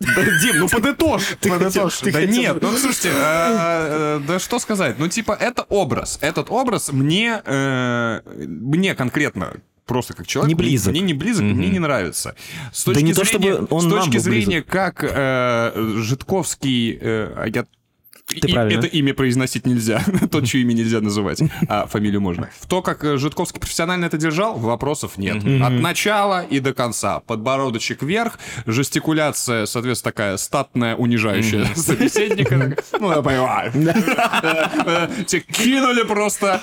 S3: Да, Дим, ну подытожь!
S4: Подытожь. Да нет, ну слушайте, э, э, да что сказать? Ну типа это образ. Этот образ мне, э, мне конкретно просто как человек.
S2: Не близок.
S4: Мне не близок, мне не нравится. С
S2: Да
S4: точки
S2: не то,
S4: зрения-
S2: чтобы он
S4: С
S2: нам
S4: точки
S2: был
S4: зрения, как э, Житковский... э, а я- и-
S2: правильно.
S4: Это имя произносить нельзя. То, чье имя нельзя называть, а фамилию можно. В то, как э, Житковский профессионально это держал, вопросов нет. От начала и до конца. Подбородочек вверх, жестикуляция, соответственно, такая статная, унижающая собеседника. Ну, я понимаю. Э, э, Тебе кинули просто...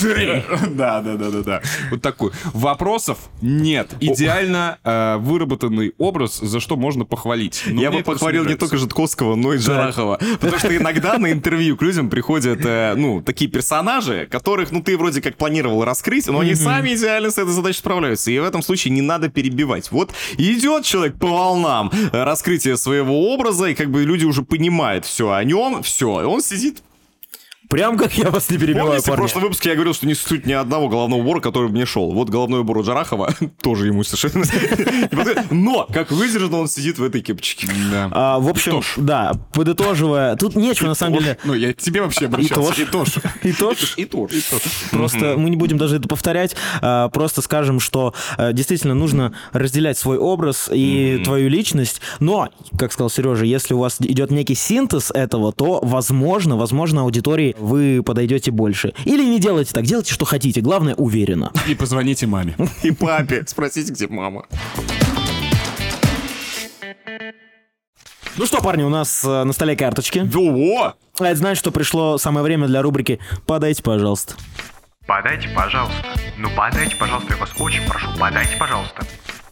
S4: Да, да, да, да, да. Вот такую. Вопросов нет. Идеально э, выработанный образ, за что можно похвалить. Но
S3: Я
S4: мне
S3: бы
S4: это просто
S3: похвалил не
S4: нравится.
S3: только Житковского, но и Джарахова. Потому что иногда на интервью к людям приходят, э, ну, такие персонажи, которых, ну, ты вроде как планировал раскрыть, но они сами идеально с этой задачей справляются. И в этом случае не надо перебивать. Вот идет человек по волнам э, раскрытия своего образа, и как бы люди уже понимают все о нем, все. И он сидит...
S2: Прям как я вас не перебиваю,
S3: Помните, в
S2: парни.
S3: прошлом выпуске я говорил, что не суть ни одного головного убора, который мне шел. Вот головной убор у Джарахова тоже ему совершенно... не подходит. Но как выдержанно он сидит в этой кепочке.
S4: Да.
S2: А, в общем, да, подытоживая, тут нечего на самом деле.
S4: Ну, я к тебе вообще
S2: Итож.
S4: обращался.
S2: Итож.
S4: Итож. Итож.
S2: Просто мы не будем даже это повторять, а, просто скажем, что э, действительно нужно разделять свой образ и твою личность. Но, как сказал Сережа, если у вас идет некий синтез этого, то, возможно, возможно, аудитории вы подойдете больше. Или не делайте так, делайте, что хотите. Главное, уверенно.
S4: И позвоните маме.
S3: И папе. Спросите, где мама.
S2: Ну что, парни, у нас э, на столе карточки.
S3: Во!
S2: А это значит, что пришло самое время для рубрики «Подайте, пожалуйста».
S15: Подайте, пожалуйста. Ну подайте, пожалуйста, я вас очень прошу, подайте, пожалуйста.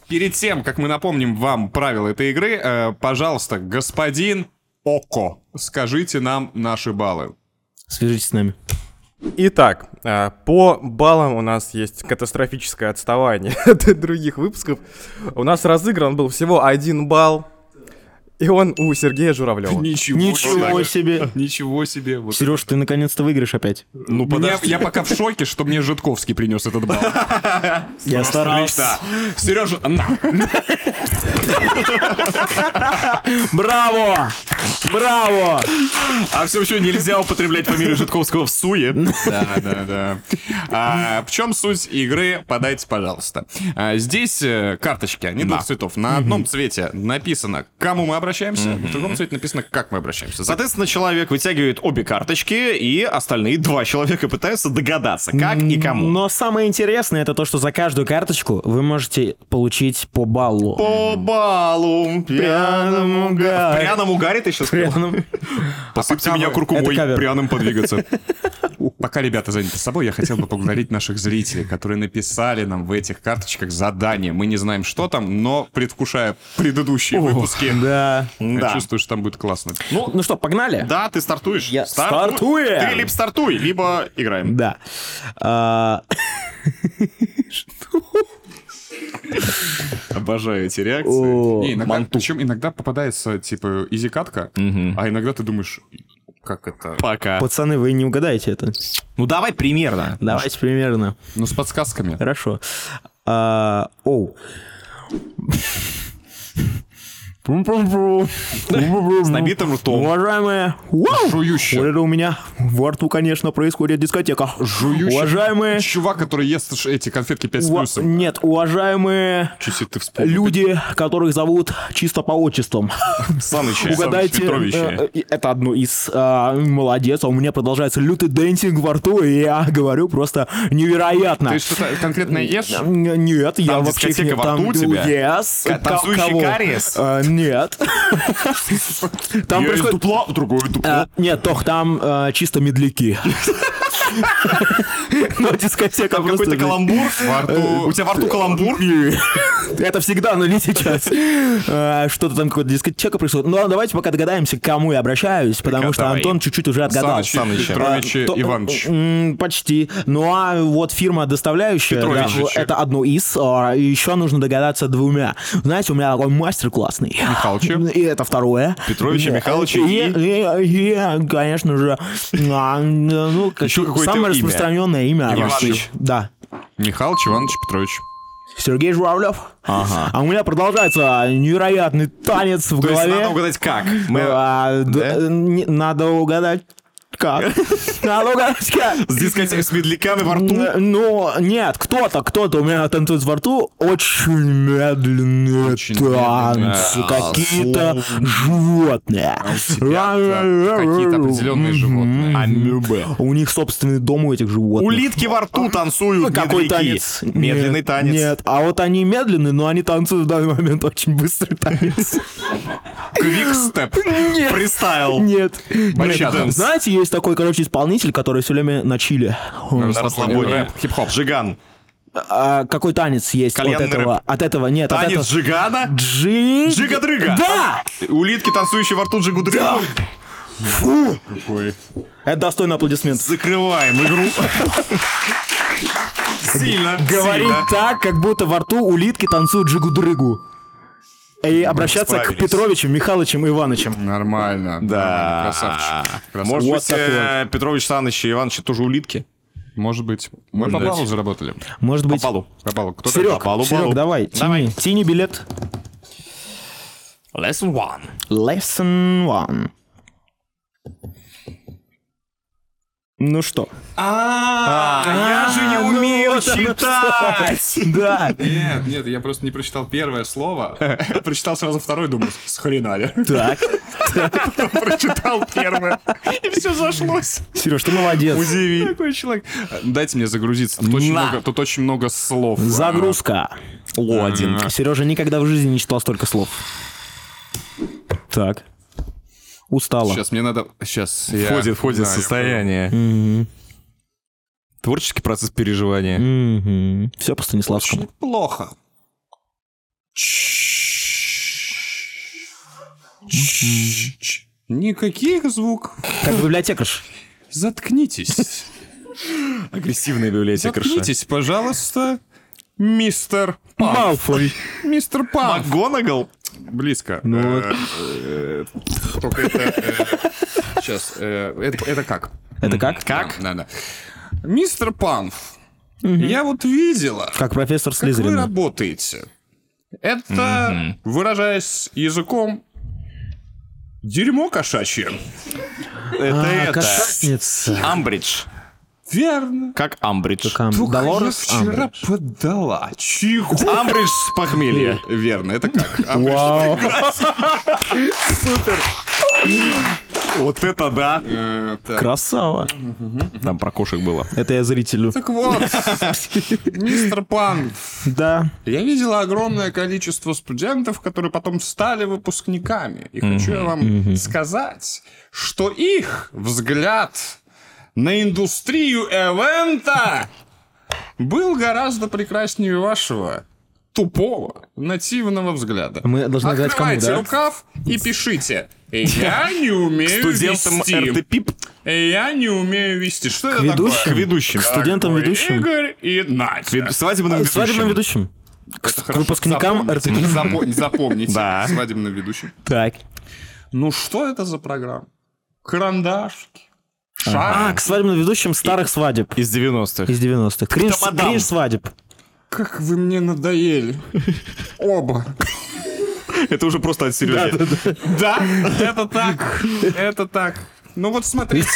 S4: Перед тем, как мы напомним вам правила этой игры, э, пожалуйста, господин Око, скажите нам наши баллы.
S2: Свяжитесь с нами.
S8: Итак, э, по баллам у нас есть катастрофическое отставание от других выпусков. У нас разыгран был всего один балл, и он у Сергея Журавлева.
S4: Ничего,
S2: Ничего себе!
S4: Ничего себе. Вот
S2: Сереж, ты наконец-то выиграешь опять.
S4: Ну, подожди. Я, пока в шоке, что мне Житковский принес этот балл.
S2: Я старался.
S4: Сережа, на.
S2: Браво! Браво!
S3: А все еще нельзя употреблять фамилию Житковского в суе.
S4: Да, да, да. А, в чем суть игры? Подайте, пожалуйста. А, здесь э, карточки, они двух цветов. На одном цвете написано, к кому мы обращаемся, в другом цвете написано, как мы обращаемся. За-
S3: Соответственно, человек вытягивает обе карточки, и остальные два человека пытаются догадаться, как и кому.
S2: Но самое интересное это то, что за каждую карточку вы можете получить по баллу.
S3: По
S2: пьяному
S3: балу пьяному
S2: гаре.
S3: гаре. Пряному гаре ты сейчас
S2: Пряном.
S3: Посыпьте
S4: А пока
S3: меня
S4: вы-
S3: куркумой
S2: Это кавер.
S3: пряным подвигаться.
S4: Пока ребята заняты собой, я хотел бы поблагодарить наших зрителей, которые написали нам в этих карточках задание. Мы не знаем, что там, но предвкушая предыдущие выпуски,
S2: да.
S4: я
S2: Да.
S4: чувствую, что там будет классно.
S2: Ну, ну что, погнали?
S4: Да, ты стартуешь.
S2: Я
S4: Стартуй.
S2: стартую.
S4: Ты либо стартуй, либо играем.
S2: Да. А,
S4: Обожаю эти реакции. Не, иногда- причем иногда попадается, типа, изи-катка, а иногда ты думаешь, как это...
S3: Пока.
S2: Пацаны, вы не угадаете это.
S3: Ну давай примерно.
S2: Давайте примерно.
S4: Ну, с подсказками.
S2: Хорошо. А, Оу. С
S3: набитым ртом.
S2: Уважаемые, вау! Вот это у меня во рту, конечно, происходит дискотека.
S4: Жующий
S2: Уважаемые,
S4: Чувак, который ест ш- эти конфетки 5
S2: Э.
S4: с
S2: уа-
S4: плюсом.
S2: нет, уважаемые
S4: Чуть себе ты вспомнил.
S2: люди, которых зовут чисто по отчествам.
S4: Саныч,
S2: Угадайте,
S4: Петрович.
S2: э, э, это одно из... а, молодец, а у меня продолжается лютый дэнсинг во рту, и я говорю просто невероятно.
S4: Ты что-то конкретно ешь?
S2: Н- Нет, я
S4: Там
S2: вообще... их
S4: дискотека
S2: не-
S4: во рту у тебя?
S2: Yes.
S4: Ка- танцующий
S2: Кого?
S4: кариес?
S2: Э, Нет. Там
S4: Я
S2: происходит-
S4: из дупла, в другое дупло.
S2: Э, Нет, тох, там э, чисто медляки. Но дискотека
S3: Там
S2: просто-
S3: какой-то каламбур
S2: Э,
S4: во рту.
S3: У тебя во рту каламбур?
S2: Это всегда, но не сейчас. Э, Что-то там какое-то дискотека происходит. Ну, ладно, давайте пока догадаемся, к кому я обращаюсь, потому что
S4: давай.
S2: Антон чуть-чуть уже отгадал.
S4: Саныча, Петровича,
S3: А,
S2: Э, то-
S4: Ивановича.
S2: м, Почти. Ну, а вот фирма доставляющая, да,
S4: Петровичича.
S2: вот это одно из, а, и еще нужно догадаться двумя. Знаете, у меня такой мастер классный.
S4: Михалыча.
S2: И это второе.
S4: Петровича,
S2: Э,
S4: Михалыча
S2: и-
S4: и-
S2: и- и, конечно же, а, ну, как-
S4: Еще какое-то
S2: самое
S4: имя.
S2: распространенное имя.
S4: Иванович.
S2: Да.
S4: Михалыч Иванович Петрович.
S2: Сергей Журавлев.
S4: Ага.
S2: А у меня продолжается невероятный танец в
S3: То есть
S2: голове.
S3: надо угадать как. Мы-
S2: А, д-
S3: Да?
S2: не- Надо угадать как. Надо угадать как.
S3: С дискотекой, с медляками во рту.
S2: Н- Ну, нет, кто-то, кто-то у меня танцует во рту очень медленные танцы.
S4: медленные.
S2: Какие-то животные.
S3: А
S4: Какие-то определенные животные. Амюбы.
S2: У них собственный дом у этих животных.
S3: Улитки во рту танцуют.
S2: Ну, Какой
S3: медляки.
S2: танец?
S3: Ну, Медленный
S2: Нет,
S3: танец.
S2: Нет, а вот они медленные, но они танцуют в данный момент очень быстрый танец.
S4: Квикстеп.
S2: Нет.
S3: Фристайл.
S2: Нет.
S3: Бачата.
S2: Нет. Знаете, есть такой, короче, исполнитель, который все время на чиле. Он-
S3: На расслабоне.
S4: Рэп,
S3: хип-хоп. Жиган.
S2: А, какой танец есть от
S3: Кальянный
S2: этого?
S3: рэп.
S2: От этого нет. от
S3: Танец
S2: этого-
S3: Жигана?
S2: Джи...
S3: Джига-дрыга.
S2: Да!
S3: Улитки, танцующие во рту джигу-дрыгу.
S2: Фу! Это достойный аплодисмент.
S3: Закрываем игру. Сильно.
S2: Говорить
S3: сильно.
S2: так, как будто во рту улитки танцуют джигу-дрыгу. И обращаться к
S4: справились.
S2: Петровичу, Михалычам, Иванычам.
S4: Нормально.
S3: Да.
S4: Красавчик. Красавчик.
S3: Может
S2: Вот
S3: быть,
S2: так
S3: э, Петрович Саныч и Иванович тоже улитки?
S4: Может быть. Мы
S3: Может
S4: по
S3: быть.
S4: баллу заработали.
S2: Может быть...
S3: Попалу.
S4: По баллу. Кто
S2: Серег,
S4: так?
S3: Балу,
S2: Серег,
S3: балу.
S2: давай,
S3: Давай.
S2: тяни, тяни билет.
S3: Lesson one.
S2: Lesson one. Ну что? ну
S3: А, я же не умею читать.
S2: Да.
S4: Нет, нет, я просто не прочитал первое слово. Прочитал сразу второе, думаю, с хрена ли.
S2: Так.
S4: Прочитал первое. И все зашлось.
S2: Сереж, ты молодец.
S4: Такой человек. Дайте мне загрузиться. Тут очень
S3: На.
S4: много, тут очень много слов.
S2: Загрузка.
S3: Лодин.
S2: Сережа никогда в жизни не читал столько слов. Так. Устала.
S4: Сейчас мне надо... Сейчас. я-
S3: Входит, входит
S4: Да, я
S3: состояние.
S2: Мгм.
S3: Творческий процесс переживания.
S2: Мгм. Все по Станиславскому.
S4: Плохо. Никаких звуков.
S2: Как библиотекарь.
S4: Заткнитесь.
S3: Агрессивная библиотекарша.
S4: Заткнитесь, пожалуйста, мистер Пам.
S2: Малфой.
S4: Мистер Пам.
S3: Макгонагал?
S4: Близко. Э, э, Только Сейчас. э, Это это как?
S2: Это как?
S4: Как? Надо. Мистер Панф, я вот видела,
S2: Как профессор
S4: как вы
S2: Слизерина.
S4: работаете. Это, выражаясь языком, дерьмо кошачье.
S3: Это
S2: А,
S3: это.
S2: кошатница.
S3: Амбридж.
S4: Верно.
S3: Как Амбридж.
S2: Кам-
S4: Только я
S2: Долорес
S4: вчера
S2: Амбридж.
S4: поддала чиху.
S3: Амбридж с похмелья.
S4: Верно, это как? А Амбридж.
S2: Вау.
S3: Вот это да.
S4: Э, так.
S2: Красава.
S3: Там про кошек было.
S2: Это я зрителю.
S4: Так вот, мистер Пан,
S2: Да.
S4: я видела огромное количество студентов, которые потом стали выпускниками. И хочу я вам сказать, что их взгляд на индустрию эвента был гораздо прекраснее вашего тупого, нативного взгляда.
S2: Мы должны играть кому,
S4: Открывайте
S2: да?
S4: рукав и пишите. Я не умею
S2: студентам
S4: вести.
S2: РТПИП.
S4: Я не умею вести. Что
S2: К
S4: это
S2: ведущим?
S4: такое?
S2: К ведущим. К студентам-ведущим?
S4: Игорь и Надя.
S2: К свадебным А, к свадебным ведущим. К с- к выпускникам
S4: Запомните,
S2: РТПИП.
S4: запо- Запомните.
S2: Да.
S4: Свадебным ведущим.
S2: Так.
S4: Ну что это за программа? Карандашки.
S2: А,
S4: Шар.
S2: к свадебным ведущим старых свадеб.
S3: Из 90-х.
S2: Из 90-х. Кринж,
S4: Тамадам.
S2: кринж свадеб.
S4: А, Как вы мне надоели. Оба.
S3: Это уже просто от Сережи.
S4: Да, это так. Это так. Ну вот смотрите.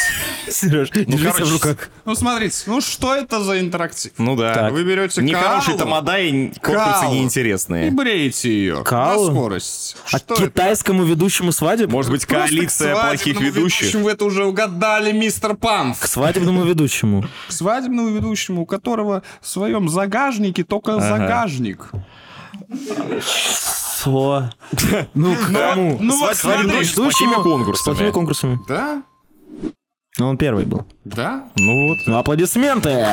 S2: Сереж, держи себя в руках.
S4: Ну смотрите, ну что это за интерактив?
S3: Ну да.
S4: Вы берете
S3: Нехороший
S4: коалу.
S3: тамада и конкурсы
S4: Калу.
S3: неинтересные.
S4: И бреете ее.
S2: Калу?
S4: На скорость.
S2: А китайскому ведущему свадеб?
S3: Может быть,
S4: Просто к
S3: коалиция плохих
S4: свадебному
S3: ведущих?
S4: ведущему Вы это уже угадали, мистер Панф.
S2: К свадебному ведущему.
S4: К свадебному ведущему, у которого в своем загажнике только
S2: Ага.
S4: загажник.
S2: Со. Ну, к кому?
S4: ну вот
S2: К
S4: смотри,
S2: ведущему-
S4: с плохими
S2: С
S4: конкурсами.
S2: плохими конкурсами.
S4: Да?
S2: Ну, он первый был.
S4: Да?
S3: Ну вот.
S2: Ну, аплодисменты!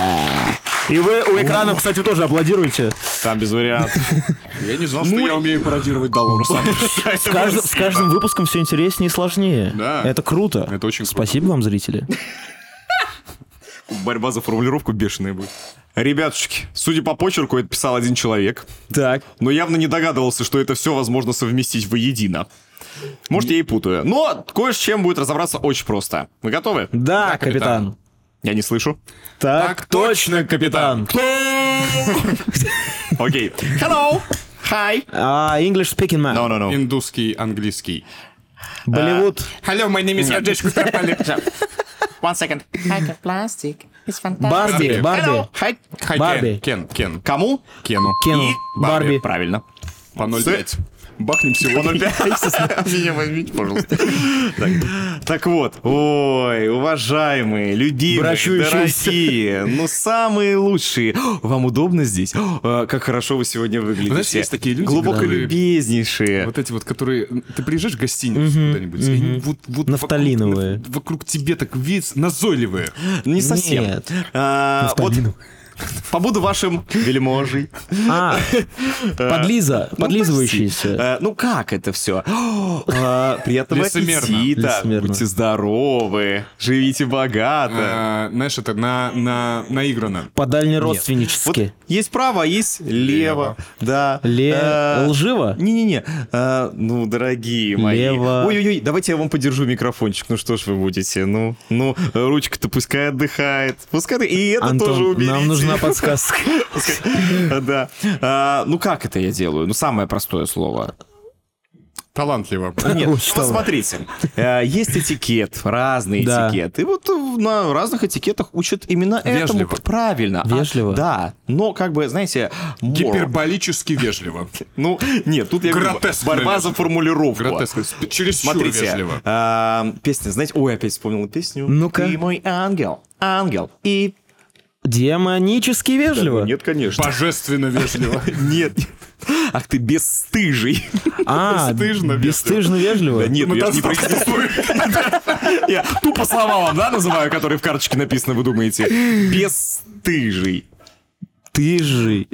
S2: И вы у экрана, кстати, тоже аплодируете.
S3: Там без вариантов. Ну
S4: Я не знал, что я умею пародировать Долору
S2: С каждым, с каждым выпуском все интереснее и сложнее.
S4: Да.
S2: Это круто.
S4: Это очень круто.
S2: Спасибо вам, зрители.
S3: Борьба за формулировку бешеная будет. Ребятушки, судя по почерку, это писал один человек.
S2: Так.
S3: Но явно не догадывался, что это все возможно совместить воедино. Может, я и путаю. Но кое с чем будет разобраться очень просто. Вы готовы?
S2: Да, капитан.
S3: Я не слышу.
S2: Так, точно, капитан.
S3: Окей. Hello. Hi.
S2: А, English speaking man.
S3: No, no, no.
S4: Индусский, английский.
S2: э, Болливуд.
S4: Hello, my name is Rajesh Kutapalli.
S3: One second.
S16: Plastic is
S2: Барби, Барби.
S3: Hi.
S4: Hi,
S2: Барби.
S4: Кен, Кен, Кен.
S3: Кому?
S4: Кену.
S2: Кену.
S3: И
S2: Барби.
S3: Правильно.
S4: По 0,5.
S3: Бахнем сегодня. Меня возьмите, пожалуйста. Так. Так вот, ой, уважаемые, любимые,
S2: Брачующиеся.
S3: дорогие, ну самые лучшие. О, Вам удобно здесь? О, э, Как хорошо вы сегодня выглядите.
S4: Знаешь, есть такие люди,
S3: Глубоко
S4: которые-
S3: любезнейшие.
S4: Вот эти вот, которые... Ты приезжаешь в гостиницу куда-нибудь, и они вот, вот
S2: Нафталиновые.
S4: Вокруг, вокруг тебя так весь назойливые.
S3: Не совсем.
S2: Нет.
S3: А, вот
S2: Нафталиновые.
S3: побуду вашим вельможей.
S2: А, подлиза,
S3: Ну,
S2: подлизывающиеся.
S3: почти. Э, Ну как это все? Приятного
S4: Лицемерно.
S3: аппетита.
S2: Лицемерно.
S3: Будьте здоровы. Живите богато.
S4: А, знаешь, это на, на, наиграно.
S2: Подальне
S3: Вот
S2: родственнически.
S3: есть право, а есть лево. Да.
S2: Ле-
S3: Э,
S2: Лживо?
S3: Не-не-не. Э, Ну, дорогие мои.
S2: Лево.
S3: Ой-ой-ой, давайте я вам подержу микрофончик. Ну что ж вы будете? Ну, ну, э, ручка-то пускай отдыхает. Пускай отдых- И это тоже
S2: Антон,
S3: уберите.
S2: нам нужна подсказка.
S3: Да. А, Ну как это я делаю? Ну самое простое слово.
S4: Талантливо.
S3: Нет,
S2: Ой,
S3: ну,
S2: что
S3: вот
S2: вы.
S3: смотрите, э, есть этикет, разные
S2: Да.
S3: этикеты. И вот э, на разных этикетах учат именно этому.
S4: Вежливо.
S3: Правильно. А,
S2: Вежливо.
S3: да, но как бы, знаете, moral.
S4: Гиперболически вежливо.
S3: Ну, нет, тут я говорю,
S4: Гротескно
S3: борьба
S4: вежливо.
S3: за формулировку.
S4: Гротескно. э, Через
S3: Смотрите,
S4: вежливо.
S3: а, песня, знаете, ой, опять вспомнил песню.
S2: Ну-ка.
S3: Ты мой ангел, ангел. И...
S2: Демонически вежливо.
S3: ну, Нет, конечно.
S4: Божественно вежливо.
S3: Нет. Ах ты бесстыжий.
S2: А,
S4: Бесстыжно вежливо.
S2: бесстыжно вежливо.
S3: Да нет, ну,
S4: Мы
S3: я ж не
S4: там
S3: произнесу. Я тупо слова вам, да, называю, которые в карточке написаны, вы думаете? Бесстыжий.
S2: Ты же.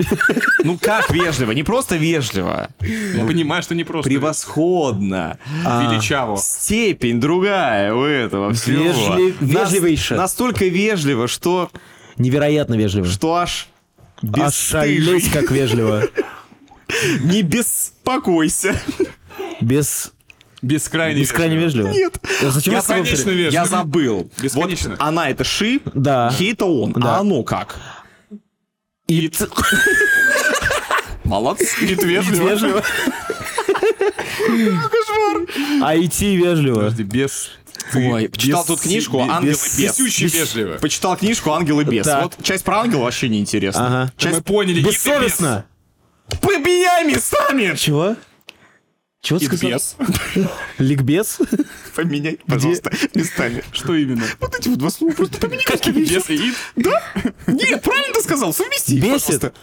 S3: Ну как вежливо? Не просто вежливо.
S4: Я понимаю, что не просто.
S3: Превосходно.
S4: Величаво.
S3: Степень другая у этого всего.
S2: Вежли-
S3: Нас-
S2: вежливейше.
S3: Настолько вежливо, что,
S2: Невероятно вежливо.
S3: что аж бесстыжий.
S2: Ошалеть, как вежливо.
S3: Не беспокойся.
S2: Без...
S4: Бескрайне
S2: Бескрайне вежливо.
S3: Нет.
S2: А зачем
S3: Я,
S2: вы с тобой
S4: конечно,
S2: вообще-
S4: вежливо.
S3: Я забыл.
S4: Бесконечно.
S3: Вот она это ши,
S2: Да.
S3: хи-то он,
S2: Да.
S3: а оно как?
S2: И
S3: Молодцы.
S4: вежливо.
S2: вежливо. А идти вежливо.
S4: Без...
S3: Ой, почитал тут книжку «Ангел и бес».
S4: Бесючий вежливо.
S3: Почитал книжку «Ангел и бес».
S2: Так.
S3: Вот часть про ангела вообще неинтересна.
S2: Ага.
S3: Часть
S4: Мы поняли.
S2: Бессовестно.
S3: «Побияй местами!»
S2: Чего? Чего ты сказал?
S4: Без.
S2: Ликбез?
S3: Поменяй, пожалуйста, местами.
S4: Что именно?
S3: Вот эти вот два слова просто поменяй. местами, и всё.
S4: Без и ид.
S3: Да? Нет, правильно ты сказал, совмести.
S2: Бесит.
S3: пожалуйста.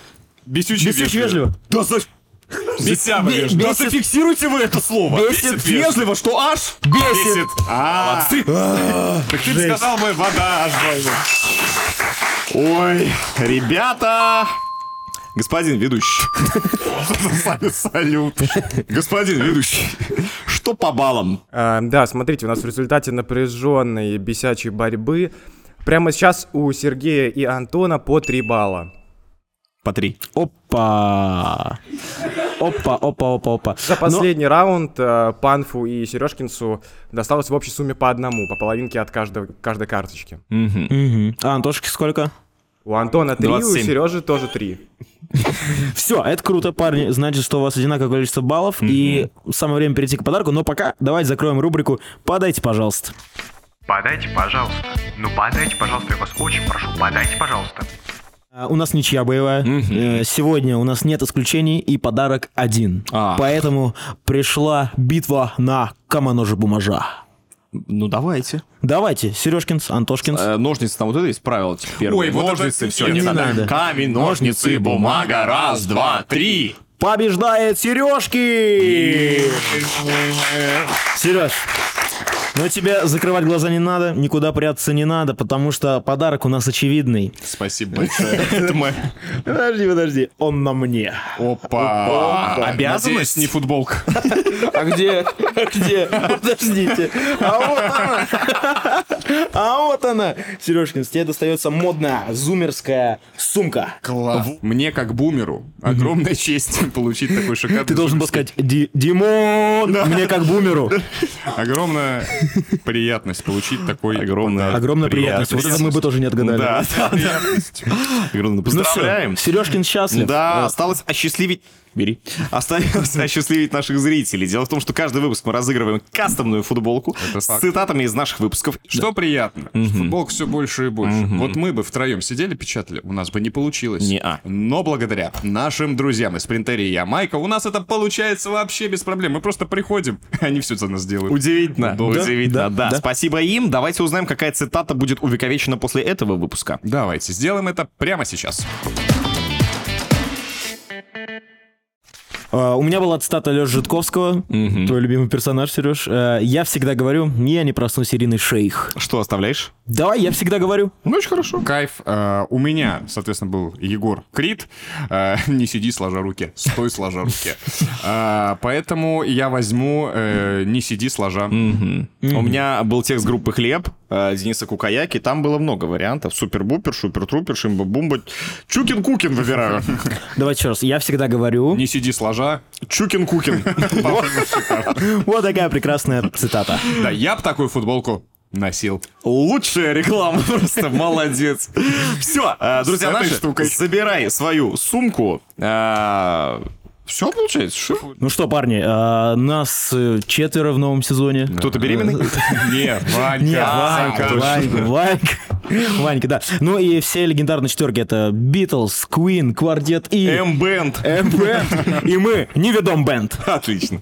S4: Бесючий
S2: Бесючий
S4: вежливо.
S2: вежливо.
S3: Да за- Бесят. Да зафиксируйте вы это слово.
S4: Бесит.
S3: Вежливо, что аж.
S4: Бесит.
S3: А,
S4: Молодцы.
S3: а,
S4: Так ты бы
S3: жесть.
S4: сказал бы вода аж должна.
S3: Ой, ребята. Господин ведущий. Салют. Господин ведущий. Что по баллам?
S8: А, Да, смотрите, у нас в результате напряженной бесячей борьбы прямо сейчас у Сергея и Антона по 3 балла.
S3: По 3.
S2: Опа. Опа, опа, опа, опа.
S8: За последний раунд э, Панфу и Сережкинцу досталось в общей сумме по одному, по половинке от каждого, каждой карточки.
S2: Мгм. А Антошки сколько?
S8: У Антона 3, у
S2: 27.
S8: Сережи тоже 3.
S2: Все, это круто, парни. Значит, что у вас одинаковое количество баллов. И самое время перейти к подарку. Но пока давайте закроем рубрику «Подайте, пожалуйста».
S17: Подайте, пожалуйста. Ну подайте, пожалуйста, я вас очень прошу, подайте, пожалуйста.
S2: А, У нас ничья боевая. Э, Сегодня у нас нет исключений и подарок один. Поэтому пришла битва на камоножи бумажа.
S3: Ну давайте.
S2: Давайте, Сережкинс, Антошкинс.
S3: Э, ножницы там вот это есть правило типа, первое.
S2: Ой, вот
S3: ножницы,
S2: это
S3: все,
S2: не
S3: не
S2: надо.
S3: надо. Камень, ножницы, бумага, раз, два, три.
S2: Побеждает Сережки! Сереж, но ну тебе закрывать глаза не надо, никуда прятаться не надо, потому что подарок у нас очевидный.
S3: Спасибо большое. Это мы-
S2: Подожди, подожди, он на мне.
S3: Опа.
S2: Опа. Надеюсь,
S3: Обязанность? не футболка.
S2: А где? А где? Подождите. А вот она. А вот она. Сережкин, тебе достается модная зумерская сумка.
S3: Класс. Мне, как бумеру, огромная честь получить такой шикарный...
S2: Ты должен был сказать, «Ди- Димон, мне как бумеру.
S3: Огромная приятность получить такой... Огромная,
S2: Огромная приятность. Вот это мы бы тоже не отгадали. Ну
S3: Да, да, да. Огромное. Поздравляем.
S2: Сережкин счастлив.
S3: Да, осталось осчастливить... Бери. Осталось осчастливить наших зрителей. Дело в том, что каждый выпуск мы разыгрываем кастомную футболку с
S4: факт.
S3: цитатами из наших выпусков.
S4: Что приятно. что Футболок все больше и больше. Вот мы бы втроем сидели, печатали, у нас бы не получилось.
S3: Не-а.
S4: Но благодаря нашим друзьям из принтерии Ямайка у нас это получается вообще без проблем. Мы просто приходим, они все за нас делают.
S3: Удивительно,
S4: Да,
S3: удивительно, да,
S4: да, да.
S3: Спасибо им. Давайте узнаем, какая цитата будет увековечена после этого выпуска.
S4: Давайте сделаем это прямо сейчас.
S2: А, У меня была цитата Лёши Житковского, твой любимый персонаж, Сереж. Я всегда говорю, я не проснусь Ириной Шейх.
S3: Что оставляешь?
S2: Давай, я всегда говорю.
S4: Ну, очень хорошо. Кайф. Э, У меня, соответственно, был Егор Крид. Э, Не сиди, сложа руки. Стой, сложа руки. Э, Поэтому я возьму э, «Не сиди, сложа».
S3: У меня был текст группы «Хлеб» э, Дениса Кукаяки. Там было много вариантов. Супер-бупер, шупер-трупер, шимба-бумба. Чукин-кукин выбираю.
S2: Давай еще раз. Я всегда говорю.
S4: Не сиди, сложа.
S3: Чукин-кукин.
S2: Вот такая прекрасная цитата.
S4: Да, я бы такую футболку носил.
S3: Лучшая реклама, просто молодец. Все, друзья
S4: С этой
S3: наши,
S4: штукой.
S3: забирай свою сумку. Все получается, что?
S2: Ну что, парни, а, нас э, четверо в новом сезоне.
S3: Кто-то беременный?
S4: Не,
S2: Не,
S4: Ванька.
S2: Ванька, Ванька, Ванька. Ванька, да. Ну и все легендарные четверки это Битлз,
S3: Эм.
S2: Queen, Квартет и...
S3: М-бенд.
S2: М-бенд. И мы, Неведом Бенд.
S3: Отлично.